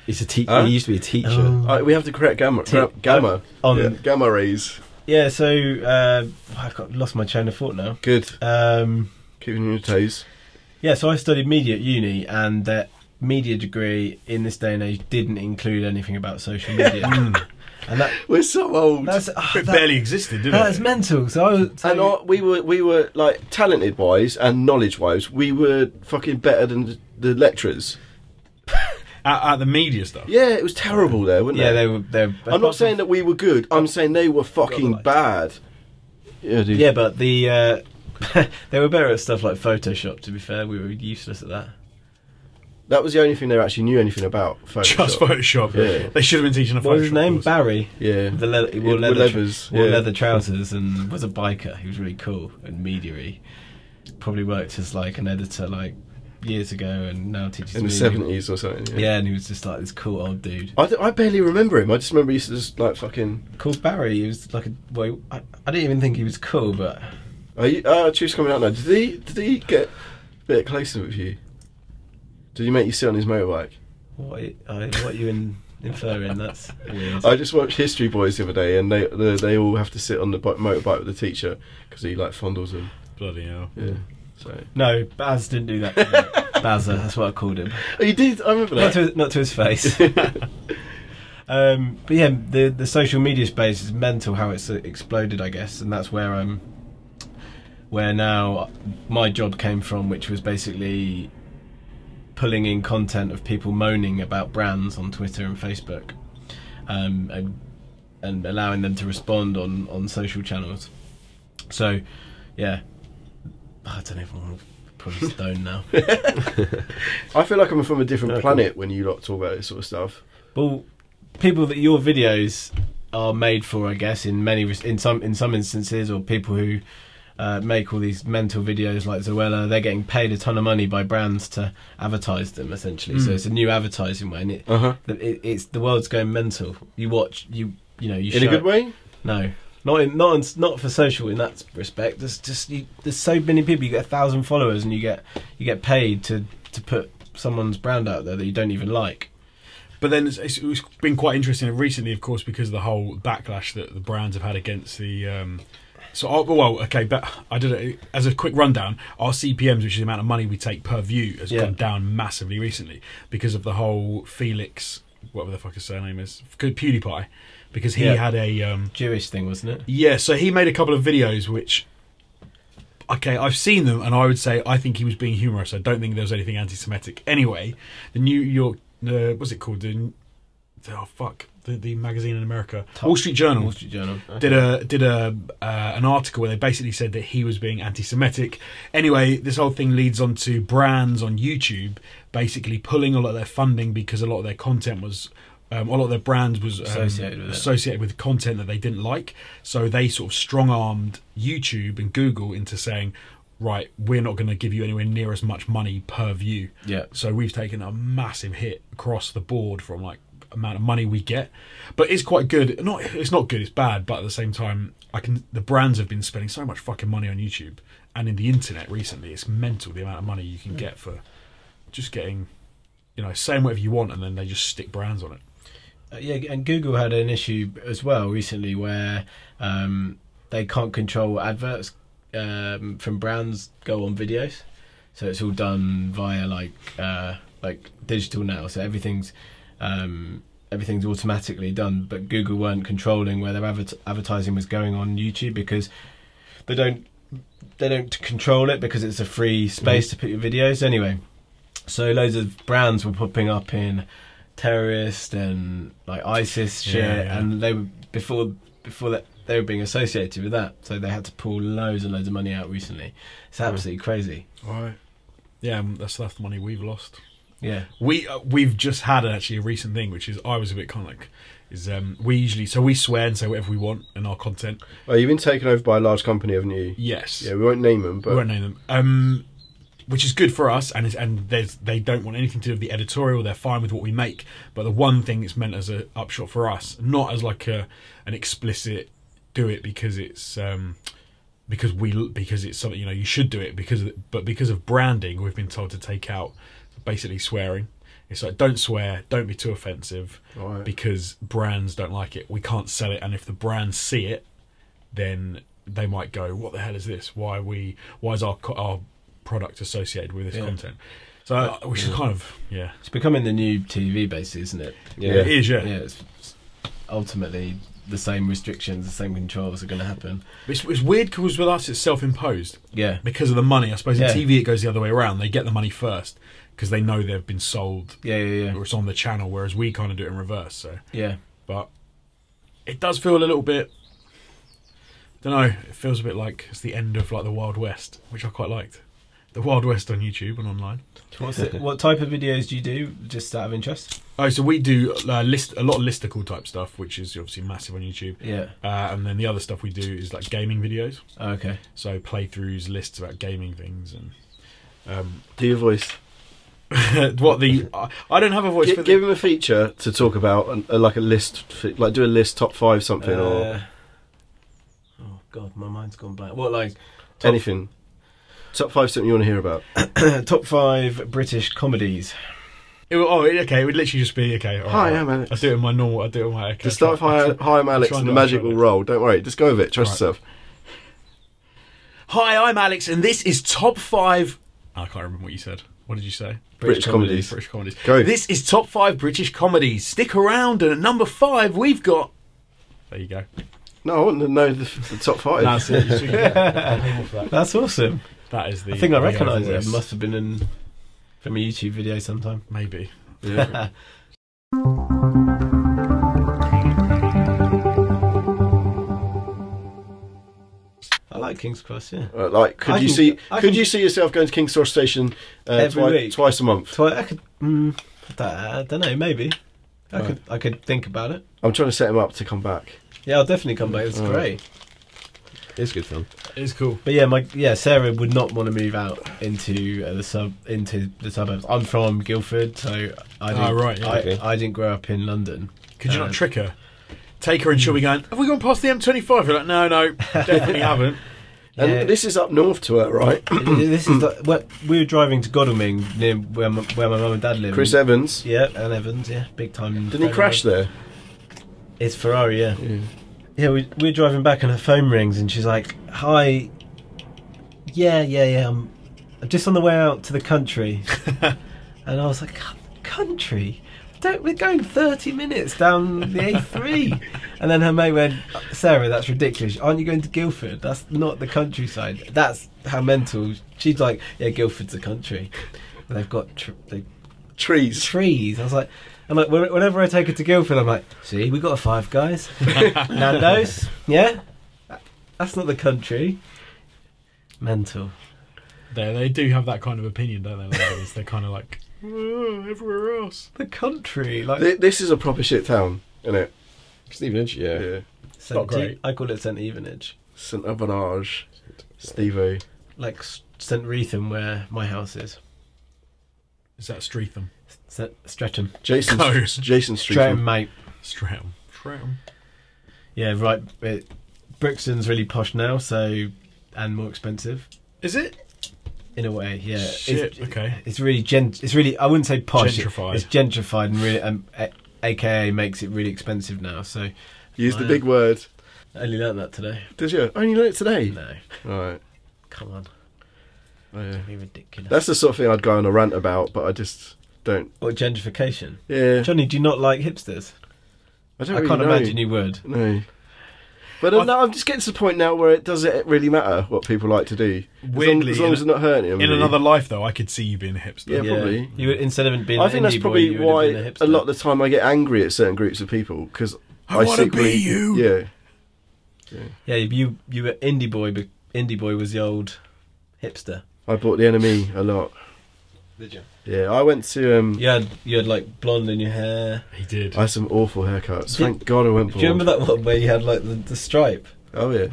D: He's a teacher.
B: Huh?
D: He used to be a teacher.
E: Oh.
B: Uh, we have to correct gamma.
E: T-
B: gra- gamma.
E: um, On
B: yeah. Gamma rays.
E: yeah, so uh, I've got lost my train of thought now.
B: Good.
E: Um,
B: Keeping you on your toes.
E: Yeah, so I studied media at uni, and that media degree in this day and age didn't include anything
B: *laughs*
E: about social media,
B: Mm.
E: and that
B: We're so old.
E: that's ah,
C: It
E: that-
C: barely existed, did
E: that's
C: it?
E: mental. So, I was, so
B: and I, we were we were like talented wise and knowledge wise, we were fucking better than the, the lecturers.
C: At, at the media stuff.
B: Yeah, it was terrible there, wasn't
E: yeah,
B: it?
E: they were. They were
B: I'm not saying that we were good. I'm saying they were fucking bad. Yeah, dude.
E: Yeah, but the uh, *laughs* they were better at stuff like Photoshop. To be fair, we were useless at that.
B: That was the only thing they actually knew anything about. Photoshop.
C: *laughs* Just Photoshop.
B: Yeah.
C: They should have been teaching a Photoshop.
E: What was his name?
C: course.
E: Barry.
B: Yeah.
E: The leather, he
B: Yeah,
E: wore leather,
B: leathers,
E: wore
B: yeah.
E: leather trousers and was a biker. He was really cool and media Probably worked as like an editor, like years ago, and now teaches
B: in the
E: music.
B: seventies or something.
E: Yeah, and he was just like this cool old dude
B: I, d- I barely remember him. I just remember he used to just like fucking.
E: called Barry. He was like a well, I, I didn't even think he was cool, but
B: Are you, uh, Chief's coming out now. Did he? Did he get a bit closer with you? Did he make you sit on his motorbike?
E: what I, what you in, inferring? That's weird.
B: I just watched History Boys the other day, and they they, they all have to sit on the bi- motorbike with the teacher because he like fondles them.
C: Bloody hell.
B: Yeah. So
E: no, Baz didn't do *laughs* that. To me. Bazza, that's what I called him.
B: he Oh, did. I remember
E: Not *laughs*
B: that.
E: to, not to his face. um, but yeah, the the social media space is mental how it's uh, exploded, I guess, and that's where I'm. Where now my job came from, which was basically pulling in content of people moaning about brands on Twitter and Facebook, um, and and allowing them to respond on on social channels. So, yeah, I don't know if I'm probably stoned now.
B: I feel like I'm from a different
D: Yeah,
B: planet when you lot talk about this sort of stuff.
E: Well, people that your videos are made for, I guess, in many res- in some in some instances, or people who uh, make all these mental videos like Zoella, they're getting paid a ton of money by brands to advertise them essentially.
B: Hmm.
E: So it's a new advertising way, and it,
B: Uh huh.
E: the- it it's the world's going mental. You watch you you know you
B: In a
E: show
B: good way.
E: No. Not in, not in, not for social in that respect. There's just you, there's so many people. You get a thousand followers and you get you get paid to to put someone's brand out there that you don't even like.
C: But then it's, it's, it's been quite interesting recently, of course, because of the whole backlash that the brands have had against the. Um, so, I, well, okay, but I did it as a quick rundown. Our CPMS, which is the amount of money we take per view, has
E: Yeah.
C: gone down massively recently because of the whole Felix, whatever the fuck his surname is, good PewDiePie, because he
E: Yeah.
C: had a. Um,
E: Jewish thing, wasn't it?
C: yeah, so he made a couple of videos which. Okay, I've seen them, and I would say I think he was being humorous. I don't think there was anything anti-Semitic. Anyway, the New York, uh, what's it called? The, oh fuck, the, the magazine in America, Wall Street Journal,
E: Wall Street Journal.
C: did a did a uh, an article where they basically said that he was being anti-Semitic. Anyway, this whole thing leads on to brands on YouTube basically pulling a lot of their funding because a lot of their content was. Um, a lot of their brands was um,
E: Associated with it.
C: associated with content that they didn't like, so they sort of strong-armed YouTube and Google into saying, "Right, we're not going to give you anywhere near as much money per view."
E: Yeah.
C: So we've taken a massive hit across the board from like amount of money we get, but it's quite good. Not it's not good, it's bad, but at the same time, I can the brands have been spending so much fucking money on YouTube and in the internet recently. It's mental the amount of money you can get for just getting, you know, saying whatever you want, and then they just stick brands on it.
E: Uh, yeah, and Google had an issue as well recently where um, they can't control adverts um, from brands go on videos, so it's all done via like uh, like digital now. So everything's um, everything's automatically done, but Google weren't controlling where their adver- advertising was going on YouTube because they don't they don't control it because it's a free
C: Mm-hmm.
E: space to put your videos anyway. So loads of brands were popping up in terrorist and like ISIS shit,
C: Yeah, yeah.
E: and they were before before that they were being associated with that. So they had to pull loads and loads of money out recently. It's absolutely crazy.
B: Right.
C: Yeah, um, that's that's the money we've lost.
E: Yeah,
C: We uh, we've just had actually a recent thing, which is I was a bit kind of like, is um we usually so we swear and say whatever we want in our content.
B: Well, Oh, you've been taken over by a large company, haven't you?
C: Yes.
B: Yeah, we won't name them,
C: we
B: but
C: won't name them. Um, which is good for us, and it's, and there's, they don't want anything to do with the editorial. They're fine with what we make, but the one thing it's meant as an upshot for us, not as like a an explicit do it because it's um, because we because it's something you know you should do it because of, but because of branding, we've been told to take out basically swearing. It's like don't swear, don't be too offensive,
B: Right.
C: because brands don't like it. We can't sell it, and if the brands see it, then they might go, "What the hell is this? Why are we? Why is our co- our product associated with this
E: Yeah.
C: content?" So, uh, which is kind of yeah,
E: it's becoming the new TV basically, isn't it?
B: Yeah.
C: it is yeah.
E: Yeah, it's, it's ultimately the same restrictions, the same controls are going to happen.
C: It's, it's weird because with us it's self-imposed
E: Yeah,
C: because of the money. I suppose in
E: Yeah.
C: TV it goes the other way around. They get the money first because they know they've been sold
E: yeah, yeah, yeah.
C: or it's on the channel, whereas we kind of do it in reverse. So,
E: yeah.
C: but it does feel a little bit. Don't know. It feels a bit like it's the end of like the Wild West, which I quite liked. The Wild West on YouTube and online.
E: *laughs* What's it, what type of videos do you do? Just out of interest?
C: Oh, so we do uh, list a lot of listicle type stuff, which is obviously massive on YouTube.
E: Yeah.
C: Uh, and then the other stuff we do is like gaming videos,
E: Okay.
C: so playthroughs, lists about gaming things, and um, *laughs*
B: do your voice.
C: what the? I, I don't have a voice
B: Gi-
C: for the-
B: give him a feature to talk about, an- uh, like a list, f- like do a list top five something or
E: Uh, oh god, my mind's gone blank. What like top-
B: anything. Top five something you want to hear about.
E: *clears throat* top five British comedies?
C: It would, oh, okay. It would literally just be okay. all
B: Hi,
C: right.
B: I'm Alex.
C: I do it in my normal. I do it in my. Okay,
B: Just start with hi, hi, I'm Alex,
C: try
B: and the
C: not
B: magic
C: to
B: will
C: it.
B: roll. Don't worry, just go with it. Trust
C: Right.
B: yourself.
C: Hi, I'm Alex, and this is top five. I can't remember what you said. What did you say?
B: British comedies.
C: British comedies.
B: Go.
C: This is top five British comedies. Stick around, and at number five, we've got. There you go.
B: No, I want to know the, the top five. *laughs*
C: That's it. You see-
E: That's awesome.
C: that is the.
E: I think I
C: the
E: recognise it.
C: overvoice.
E: It must have been in from a YouTube video sometime.
C: Maybe.
B: Yeah.
E: I like King's Cross. Yeah.
B: Uh, like, could
E: I
B: you
E: can-
B: see?
E: I
B: could
E: can-
B: you see yourself going to King's Cross Station uh,
E: Every
B: twi-
E: week.
B: twice a month?
E: So I, I could. Mm, I don't- I don't know. Maybe. I could. I could think about it.
B: I'm trying to set him up to come back.
E: Yeah, I'll definitely come back. It's
B: Mm.
E: great.
D: It's good fun.
C: *laughs* It's cool.
E: But yeah, my yeah Sarah would not want to move out into uh, the sub into the suburbs. I'm from Guildford, so I didn't,
C: Ah, right, yeah.
E: I,
D: Okay.
E: I didn't grow up in London.
C: Could you
E: Uh,
C: not trick her? Take her and she'll be going. Have we gone past the M25? You're like, no,
E: *laughs*
C: no, definitely haven't.
B: And
E: Yeah.
B: this is up north to her, right?
E: this is the, what we were driving to Godalming near where my, where my mum and dad live.
B: *clears throat* Chris Evans.
E: yeah, and Evans, yeah, big time.
B: Didn't he crash there?
E: It's Ferrari, yeah. Yeah, we, we were driving back and her phone rings and she's like, "Hi, yeah, yeah, yeah, I'm, I'm just on the way out to the country," and I was like, "Cunt- "Country." Don't, we're going 30 minutes down the *laughs* A3. and then her mate went, Sarah, that's ridiculous. Aren't you going to Guildford? That's not the countryside. That's how mental. She's like, yeah, Guildford's a country. They've got tr- they
B: Trees.
E: trees. I was like, I'm like, whe- whenever I take her to Guildford, I'm like, see, we got a Five *laughs* Guys, Nando's, yeah. That's not the country. Mental.
C: They they do have that kind of opinion, don't they? Ladies? They're kind of like "Oh, everywhere else.
E: The country, like
B: Th- This is a proper shit town, isn't it?
D: Stevenage, yeah.
B: Yeah.
E: Saint
C: not great.
E: E- I call it Saint Evenage,
B: St. Avanage. Stevie.
E: like S- Saint Wreatham, where my house is.
C: Is that Streatham?
E: Saint Streatham,
B: Jason,
C: Go.
B: Jason Street.
E: Streatham, mate.
C: Streatham. Streatham.
E: Yeah, right. It, Brixton's really posh now, so and more expensive
C: Is it?
E: in a way. Yeah, It's-
C: Shit. okay.
E: It's really gent. It's really. I wouldn't say posh. it-
C: Gentrified.
E: It's gentrified and really, um, a- AKA makes it really expensive now. So
B: Use the
E: Wow.
B: big word.
E: I only learnt that today.
B: Did you? Only learned it today.
E: No,
B: Right.
E: come on,
B: Oh, yeah.
E: that'd be ridiculous.
B: That's the sort of thing I'd go on a rant about, but I just don't.
E: or gentrification.
B: Yeah.
E: Johnny, do you not like hipsters?
B: I don't
E: I
B: really
E: can't
B: know.
E: imagine you would.
B: No. But uh, no, I'm just getting to the point now where it does it really matter what people like to do. As long-
C: Weirdly,
B: as long,
C: in
B: as it's not hurting them.
C: In
B: really.
C: another life, though, I could see you being a hipster.
B: Yeah, probably.
E: You would instead of being.
B: I
E: an
B: think that's
E: indie boy,
B: probably
E: you would have
B: why
E: been
B: a
E: hipster.
B: lot of the time I get angry at certain groups of people because
C: I wanna be
B: secretly-
C: you.
B: Yeah,
E: Yeah, you you were indie boy, but indie boy was the old hipster.
B: I bought the enemy a lot.
E: Did you?
B: Yeah, I went to um,
E: You had you had like blonde in your hair.
C: He did.
B: I had some awful haircuts.
E: Did-
B: Thank God I went
E: Do
B: bald.
E: you remember that one where you had like the, the stripe?
B: Oh
E: *laughs*
B: yeah,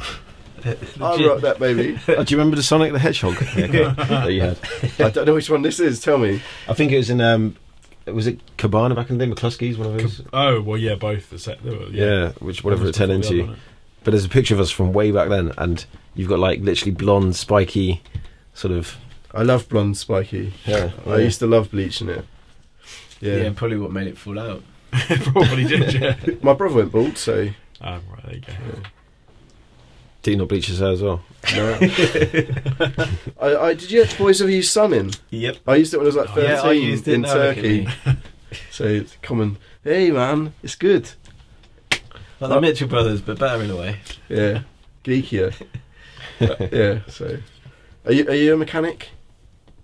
E: The
B: I
E: gin-
B: rocked that baby.
D: Oh, do you remember the Sonic the Hedgehog haircut that you had?
B: I don't know which one this is. Tell me.
D: I think it was in um, was it Cabana back in the day? McCluskey's, one of those.
C: oh well, yeah, both. The set, they were-
D: yeah.
C: yeah.
D: which whatever
C: One *laughs*
D: it
C: was
D: turned
C: before the
D: into.
C: other, wasn't
D: But there's a picture of us from way back then, and you've got like literally blonde, spiky, sort of.
B: I love blonde spiky.
D: Yeah,
B: I used to love bleaching it.
E: yeah.
B: Yeah.
E: probably what made it fall out.
C: it? Probably did. Yeah.
B: my brother went bald, so
C: Um, right, there you go.
D: Did you not bleach his hair as well?
E: *laughs*
B: no. I, I did you boys ever use sun in?
E: Yep.
B: I used it when I was like
C: Oh,
B: thirteen
E: yeah, I used it
B: in
E: now, look at
B: Turkey. so it's common. Hey man, it's good.
E: Like the Mitchell Brothers, but better in a *laughs* way.
B: Yeah,
C: *laughs*
B: geekier. Uh, yeah. So, are you are you a mechanic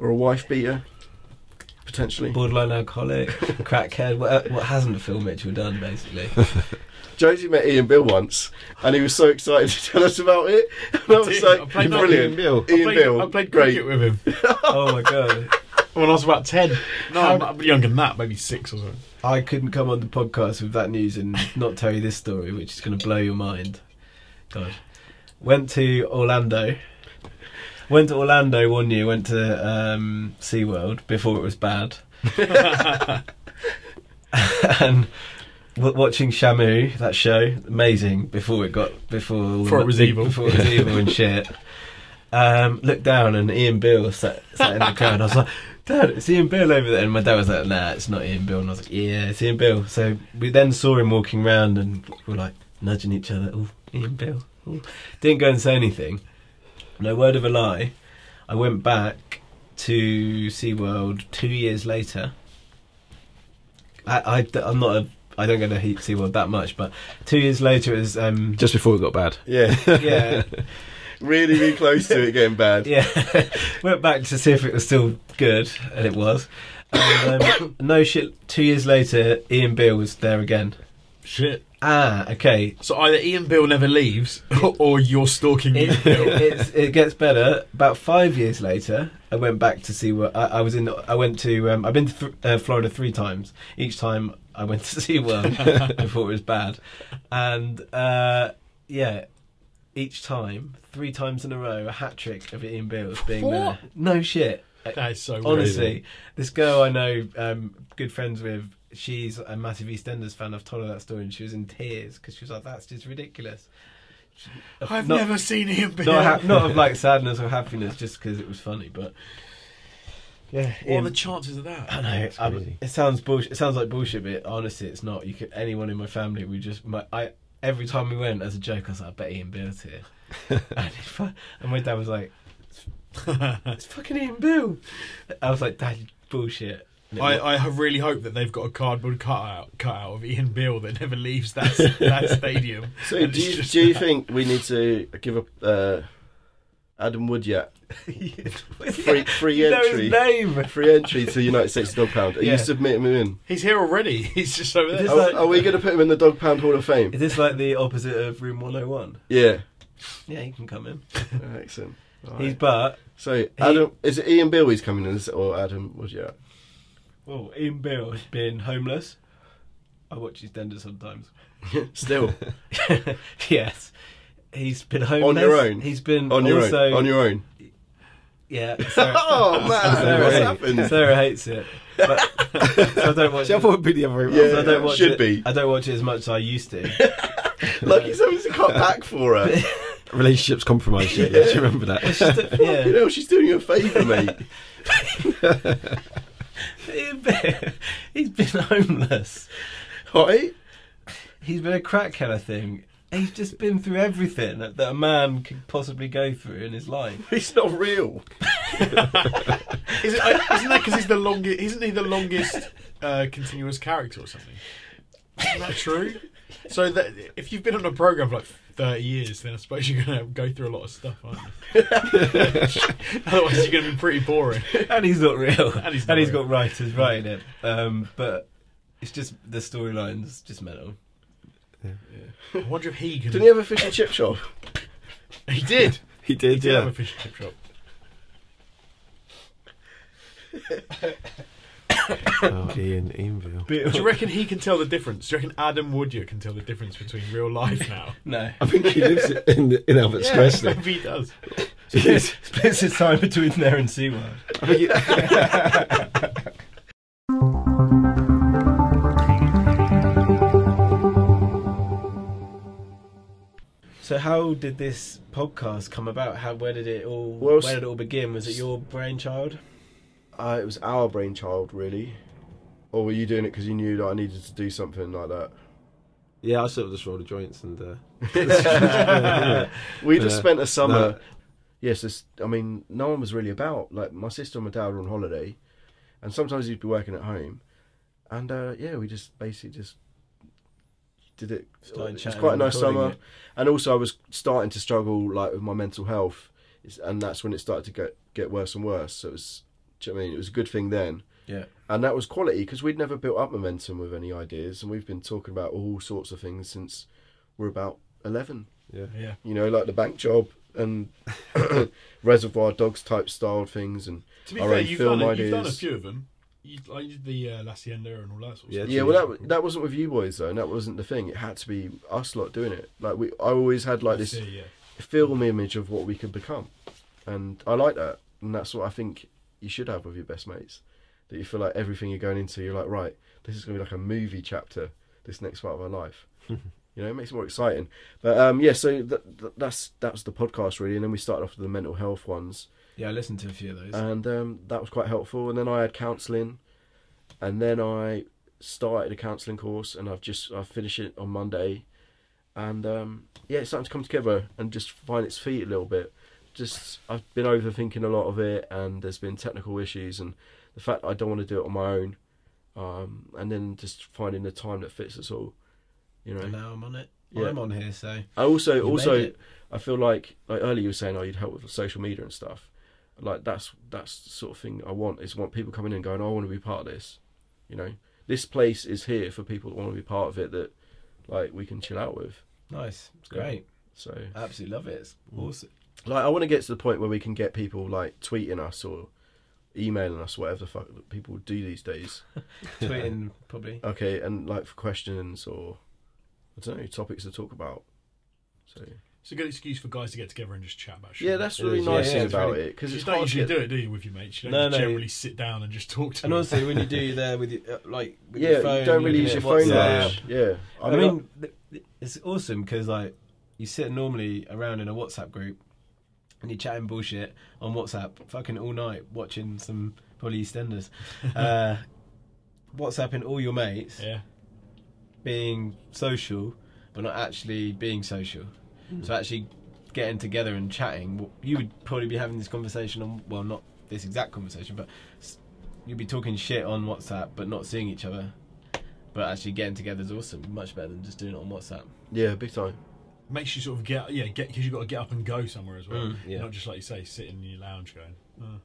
B: or a wife beater? Potentially.
E: Borderline alcoholic, crackhead. What, what hasn't Phil Mitchell done, *laughs* basically?
B: Josie met Ian Bill once, and he was so excited to tell us about it. *laughs* And I was
C: did. I
B: like,
C: played that
B: brilliant.
D: Bill.
B: Ian
C: I played,
B: Bill,
C: I played
B: great.
C: cricket with him
E: oh my god,
C: when I was about ten. No, I'm, I'm younger than that, maybe six or something.
E: I couldn't come on the podcast with that news and not tell you this story, which is going to blow your mind. God, went to Orlando. went to Orlando one year, went to um, SeaWorld before it was
C: *laughs*
E: bad. and w- watching Shamu, that show, amazing, before it got, before, all the
C: Before it was
E: big-
C: evil.
E: Before it
C: *laughs*
E: was evil and shit. Um, looked down and Ian Bill sat, sat in the car and I was like, Dad, it's Ian Bill over there. And my dad was like, Nah, it's not Ian Bill. And I was like, Yeah, it's Ian Bill. So we then saw him walking around and we were like nudging each other. Oh, Ian Bill. Ooh. Didn't go and say anything. No word of a lie. I went back to SeaWorld two years later. I, I, am not a, I don't go to Heat SeaWorld that much, but two years later it was,
D: *laughs*
E: um,
D: Just before it got bad.
B: Yeah.
C: *laughs*
E: yeah,
B: *laughs* really, really close to it getting bad.
E: Yeah, *laughs* went back to see if it was still good, and it was. And, um, *coughs* no shit. Two years later, Ian Beale was there again.
C: Shit.
E: Ah, okay.
C: So either Ian Bill never leaves, *laughs* or you're stalking
E: It,
C: Ian *laughs* Bill.
E: it's, it gets better. About five years later, I went back to see what I, I was in. I went to. Um, I've been to th- uh, Florida three times. Each time I went to *laughs* see
C: *laughs*
E: SeaWorld before it was bad, and uh, yeah, each time, three times in a row, a hat trick of Ian Beale being there.
C: What?
E: No shit. Uh,
C: That is so
E: Honestly,
C: Crazy.
E: this girl I know, um, good friends with, she's a massive EastEnders fan. I've told her that story, and she was in tears because she was like, "That's just ridiculous." She-
C: I've
E: not,
C: never seen Ian Bill.
E: not, ha- not of like sadness or happiness, just because it was funny. But yeah,
C: what are
E: Ian-
C: the chances of that?
E: I know.
D: It's
E: Um,
D: crazy.
E: it sounds bullshit. It sounds like bullshit, but honestly, it's not. You could anyone in my family. We just my I every time we went as a joke, I was like, "I bet Ian Bill's here," and, if I- and my dad was like,
C: *laughs*
E: "It's fucking Ian Bill." I was like, "Dad, you bullshit." And it
C: I, I have really hope that they've got a cardboard cutout cutout of Ian Bill that never leaves that
B: *laughs*
C: that stadium.
B: So,
C: And
B: do
C: it's
B: you,
C: just
B: do you
C: that.
B: think we need to give up uh, Adam Woodyard
E: *laughs*
B: free,
C: *laughs*
B: free
E: You know
B: entry?
E: his name.
B: Free entry to the United States Dog Pound. Are
E: Yeah.
B: you submitting him in?
C: he's here already? *laughs* He's just over
E: This-
C: there.
B: Are, are we going to put him in the Dog Pound Hall of Fame?
E: Is this like the opposite of Room 101?
B: Yeah.
E: Yeah, you can come in.
B: Excellent.
E: He's
B: Alright.
E: but
B: So, Adam, is it Ian Bill he's coming in, is it- or Adam Woodyard?
E: well, Ian Bill has been homeless. I watch his dender sometimes.
B: *laughs* Still
E: *laughs* yes, he's been
B: On
E: homeless.
B: your own?
E: He's been
B: on your
E: also,
B: own. On your own. *laughs*
E: yeah. Sarah,
B: oh man,
E: Sarah,
B: what's
E: hates,
B: happened?
E: Sarah hates it. But, so I don't watch.
D: See, I
E: it.
D: thought it'd be the other way around.
B: Yeah.
E: So I don't watch
B: should
E: it.
B: be.
E: I don't watch it as much as I
B: *laughs*
E: used to.
B: Lucky something's cut back for her.
D: Relationships compromised. Yeah, yeah. Do you remember that?
E: yeah.
B: You know, she's doing you a favour, mate.
E: Ian Bill, he's been homeless.
B: Right?
E: He's been a crackhead, I think. He's just been through everything that, that a man could possibly go through in his life.
B: It's not real.
C: Is it, isn't that because he's the longest? Isn't he the longest uh, continuous character or something? Isn't that true? So that if you've been on a program for like thirty years, then I suppose you're going to go through a lot of stuff, aren't
B: *laughs*
C: you? Otherwise, you're going to be pretty boring.
E: And he's not real.
C: And he's not
E: and he's
C: real.
E: got writers writing it. Um, but it's just the storyline's just mental.
C: I wonder if he can.
B: Didn't he have a fish and chip shop?
C: *laughs* he
B: *laughs*
C: did.
D: *laughs* he did.
C: He did *laughs* have a fish and chip shop.
D: Oh, Ian Ianville.
C: Do you reckon he can tell the difference? Do you reckon Adam Woodyard can tell the difference between
B: *laughs*
C: real life now?
E: No. *laughs*
D: I think he lives in in Albert Square. still.
C: maybe *laughs* he does.
D: He is.
E: Splits his time between there and SeaWorld.
D: I think he-
E: So how did this podcast come about? How where did it all
B: Well,
E: where did it all begin? Was it your brainchild?
B: Uh, it was our brainchild, really. Or were you doing it because you knew that I needed to do something like that?
D: Yeah, I sort of just rolled the joints and. Uh,
B: *laughs* We just
D: Yeah.
B: spent a summer.
D: No.
B: Yes, this, I mean, no one was really about. Like my sister and my dad were on holiday, and sometimes you'd be working at home, and uh, yeah, we just basically just did it.
E: Started
B: it was
E: chatting
B: quite a
E: and
B: nice
E: recording
B: summer,
E: it.
B: and also I was starting to struggle like with my mental health, It's- and that's when it started to get get worse and worse. So it was, do you know what I mean, it was a good thing then
E: Yeah.
B: and that was quality because we'd never built up momentum with any ideas and we've been talking about all sorts of things since we're about 11
D: Yeah.
C: Yeah.
B: you know like the bank job and *coughs* reservoir dogs type styled things and
C: To be
B: our
C: fair,
B: own
C: you've
B: film
C: done, a, you've done a
B: ideas.
C: few of them. You, like you did the uh, La Hacienda and all that sort of
D: Yeah,
C: stuff.
B: yeah well that, wa- that wasn't with you boys though and that wasn't the thing it had to be us lot doing it like we i always had like this
C: Yeah, yeah.
B: film image of what we could become and I like that, and that's what I think you should have with your best mates. That you feel like everything you're going into, you're like, right, this is going to be like a movie chapter. This next part of our life, you know, it makes it more exciting. But um, yeah, so th- th- that's that was the podcast really, and then we started off with the mental health ones,
E: Yeah, I listened to a few of those.
B: and um, that was quite helpful. And then I had counselling, and then I started a counselling course, and I've just I finished it on Monday, and um, yeah, it's starting to come together and just find its feet a little bit. Just I've been overthinking a lot of it, and there's been technical issues, and the fact I don't want to do it on my own, um, and then just finding the time that fits us all, you know.
E: and now I'm on it.
B: Yeah.
E: I'm on here, so
B: I also
E: You made
B: also
E: it.
B: I feel like like earlier you were saying oh you'd help with social media and stuff. Like that's that's the sort of thing I want is want people coming in and going oh, I want to be part of this. You know, this place is here for people that want to be part of it that like we can chill out with.
E: nice. It's
B: Yeah.
E: great.
B: So
E: I absolutely love it. It's *laughs* awesome.
B: like I want to get to the point where we can get people like tweeting us or emailing us whatever the fuck that people do these days.
E: Tweeting probably.
B: Okay, and like for questions or I don't know topics to talk about. So
C: It's a good excuse for guys to get together and just chat about shit.
B: yeah, that's
D: It
B: really
D: is,
B: nice
E: yeah,
B: thing
E: it's
B: about
E: really-
B: it because
C: you
B: it's
C: don't
B: hard to
C: usually
B: get-
C: do it, do you, with your mates? You
E: No,
C: don't
E: no.
C: generally sit down and just talk to
E: And
C: them.
E: also, when you do there with your, uh, like with
B: yeah,
E: your phone,
B: you don't really use
E: looking
B: your
E: at
B: phone
E: WhatsApp.
B: much. Yeah,
E: I mean, th- th- it's awesome because like you sit normally around in a WhatsApp group and you're chatting bullshit on WhatsApp, fucking all night, watching some probably *laughs* EastEnders, uh, WhatsApping all your mates,
C: yeah,
E: being social, but not actually being social. So actually getting together and chatting, w- you would probably be having this conversation on well, not this exact conversation, but s- you'd be talking shit on WhatsApp, but not seeing each other. But actually getting together is awesome, much better than just doing it on WhatsApp.
B: yeah, big time.
C: makes you sort of get yeah get because you got to get up and go somewhere as well.
B: Mm,
D: yeah.
C: Not just like you say, sitting in your lounge going. "Oh."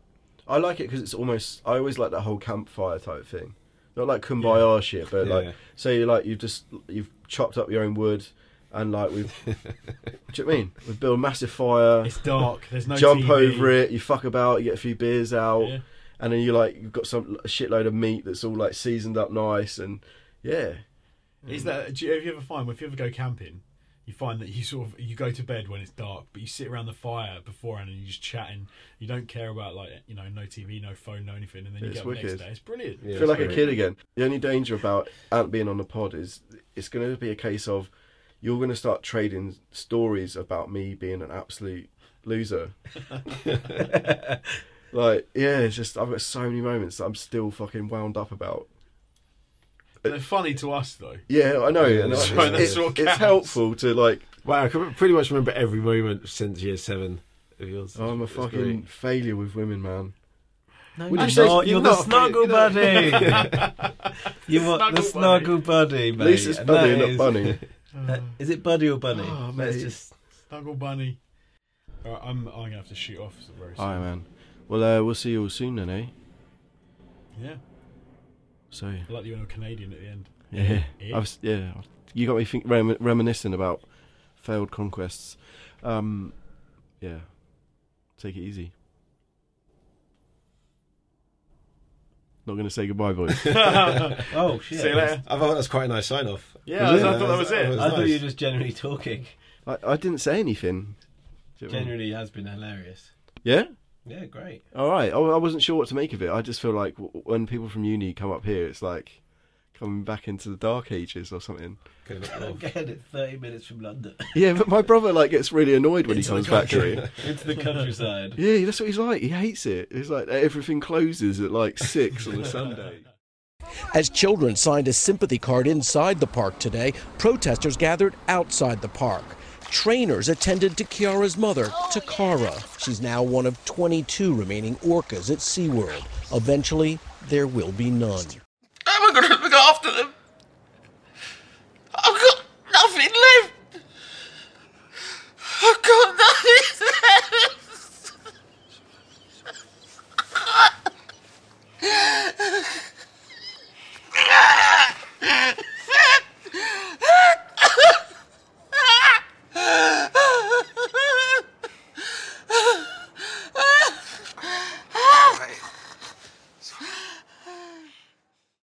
B: I like it because it's almost. I always like that whole campfire type thing, not like kumbaya shit, but
D: Yeah.
B: like say like you've just you've chopped up your own wood, and like *laughs* we've. do you know what I mean? We build a massive fire,
C: It's dark. There's no
B: jump
C: TV.
B: over it, you fuck about, you get a few beers out,
C: Yeah.
B: and then you like you've got some a shitload of meat that's all like seasoned up nice, and yeah, Mm.
C: Is that? Do you, have you ever find if you ever go camping, you find that you sort of you go to bed when it's dark, but you sit around the fire beforehand and you just chatting. You don't care about like you know no TV, no phone, no anything, and then you
B: It's
C: get up the next
B: wicked.
C: day. It's brilliant.
B: I
D: Yeah,
B: feel
D: it's
B: like a
D: great.
B: kid again. The only danger about Ant being on the pod is it's going to be a case of you're going to start trading stories about me being an absolute *laughs* loser. like, yeah, it's just I've got so many moments that I'm still fucking wound up about.
C: They're funny to us though.
B: Yeah, I know. and
D: that's
B: like,
D: right,
B: it's,
C: that's what
B: it's
C: counts.
B: helpful to like.
D: Wow, I can pretty much remember every moment since year seven of yours.
B: oh, I'm a
D: It's great.
B: fucking failure with women, man.
E: No,
B: Would you say
E: you're
D: you're
E: the
D: not,
E: snuggle
D: but
E: buddy.
B: *laughs*
D: *laughs*
E: you want the
C: Snuggle
E: snuggle buddy, mate.
B: At least it's
E: and that
B: buddy, not
E: is-
B: bunny.
E: that- Uh, is it buddy or bunny?
B: Oh,
E: Let's
B: mate.
E: just
C: Snuggle bunny. All right, I'm I'm gonna have to shoot off very
B: *laughs*
C: soon.
B: All right, man. Well, uh, we'll see you all soon then, eh?
C: Yeah,
B: So
C: I like that you went Canadian at the end.
B: Yeah,
C: Eh?
B: I was, yeah. You got me think, rem- reminiscing about failed conquests. Um, yeah, take it easy. Not going to say goodbye, boys. *laughs*
E: oh shit.
C: See you later.
D: I thought that's quite a nice sign off.
C: Yeah,
B: Was
C: I,
B: it?
C: thought that was it.
E: I thought you were just generally talking.
B: I, I didn't say anything. Do you know what I mean?
E: Generally has been hilarious.
B: Yeah.
E: Yeah, great.
B: All right. I, I wasn't sure what to make of it. I just feel like w- when people from uni come up here, it's like coming back into the dark ages or something.
E: *laughs* I'm getting it 30 minutes from London.
B: Yeah, but my brother like gets really annoyed when he comes back here.
E: *laughs* Into the countryside.
B: Yeah, that's what he's like. He hates it. It's like everything closes at like six on a Sunday.
F: As children signed a sympathy card inside the park today, protesters gathered outside the park. Trainers attended to Kiara's mother, Takara. She's now one of 22 remaining orcas at SeaWorld. Eventually, there will be none.
G: am I going to look after them? I've got nothing left.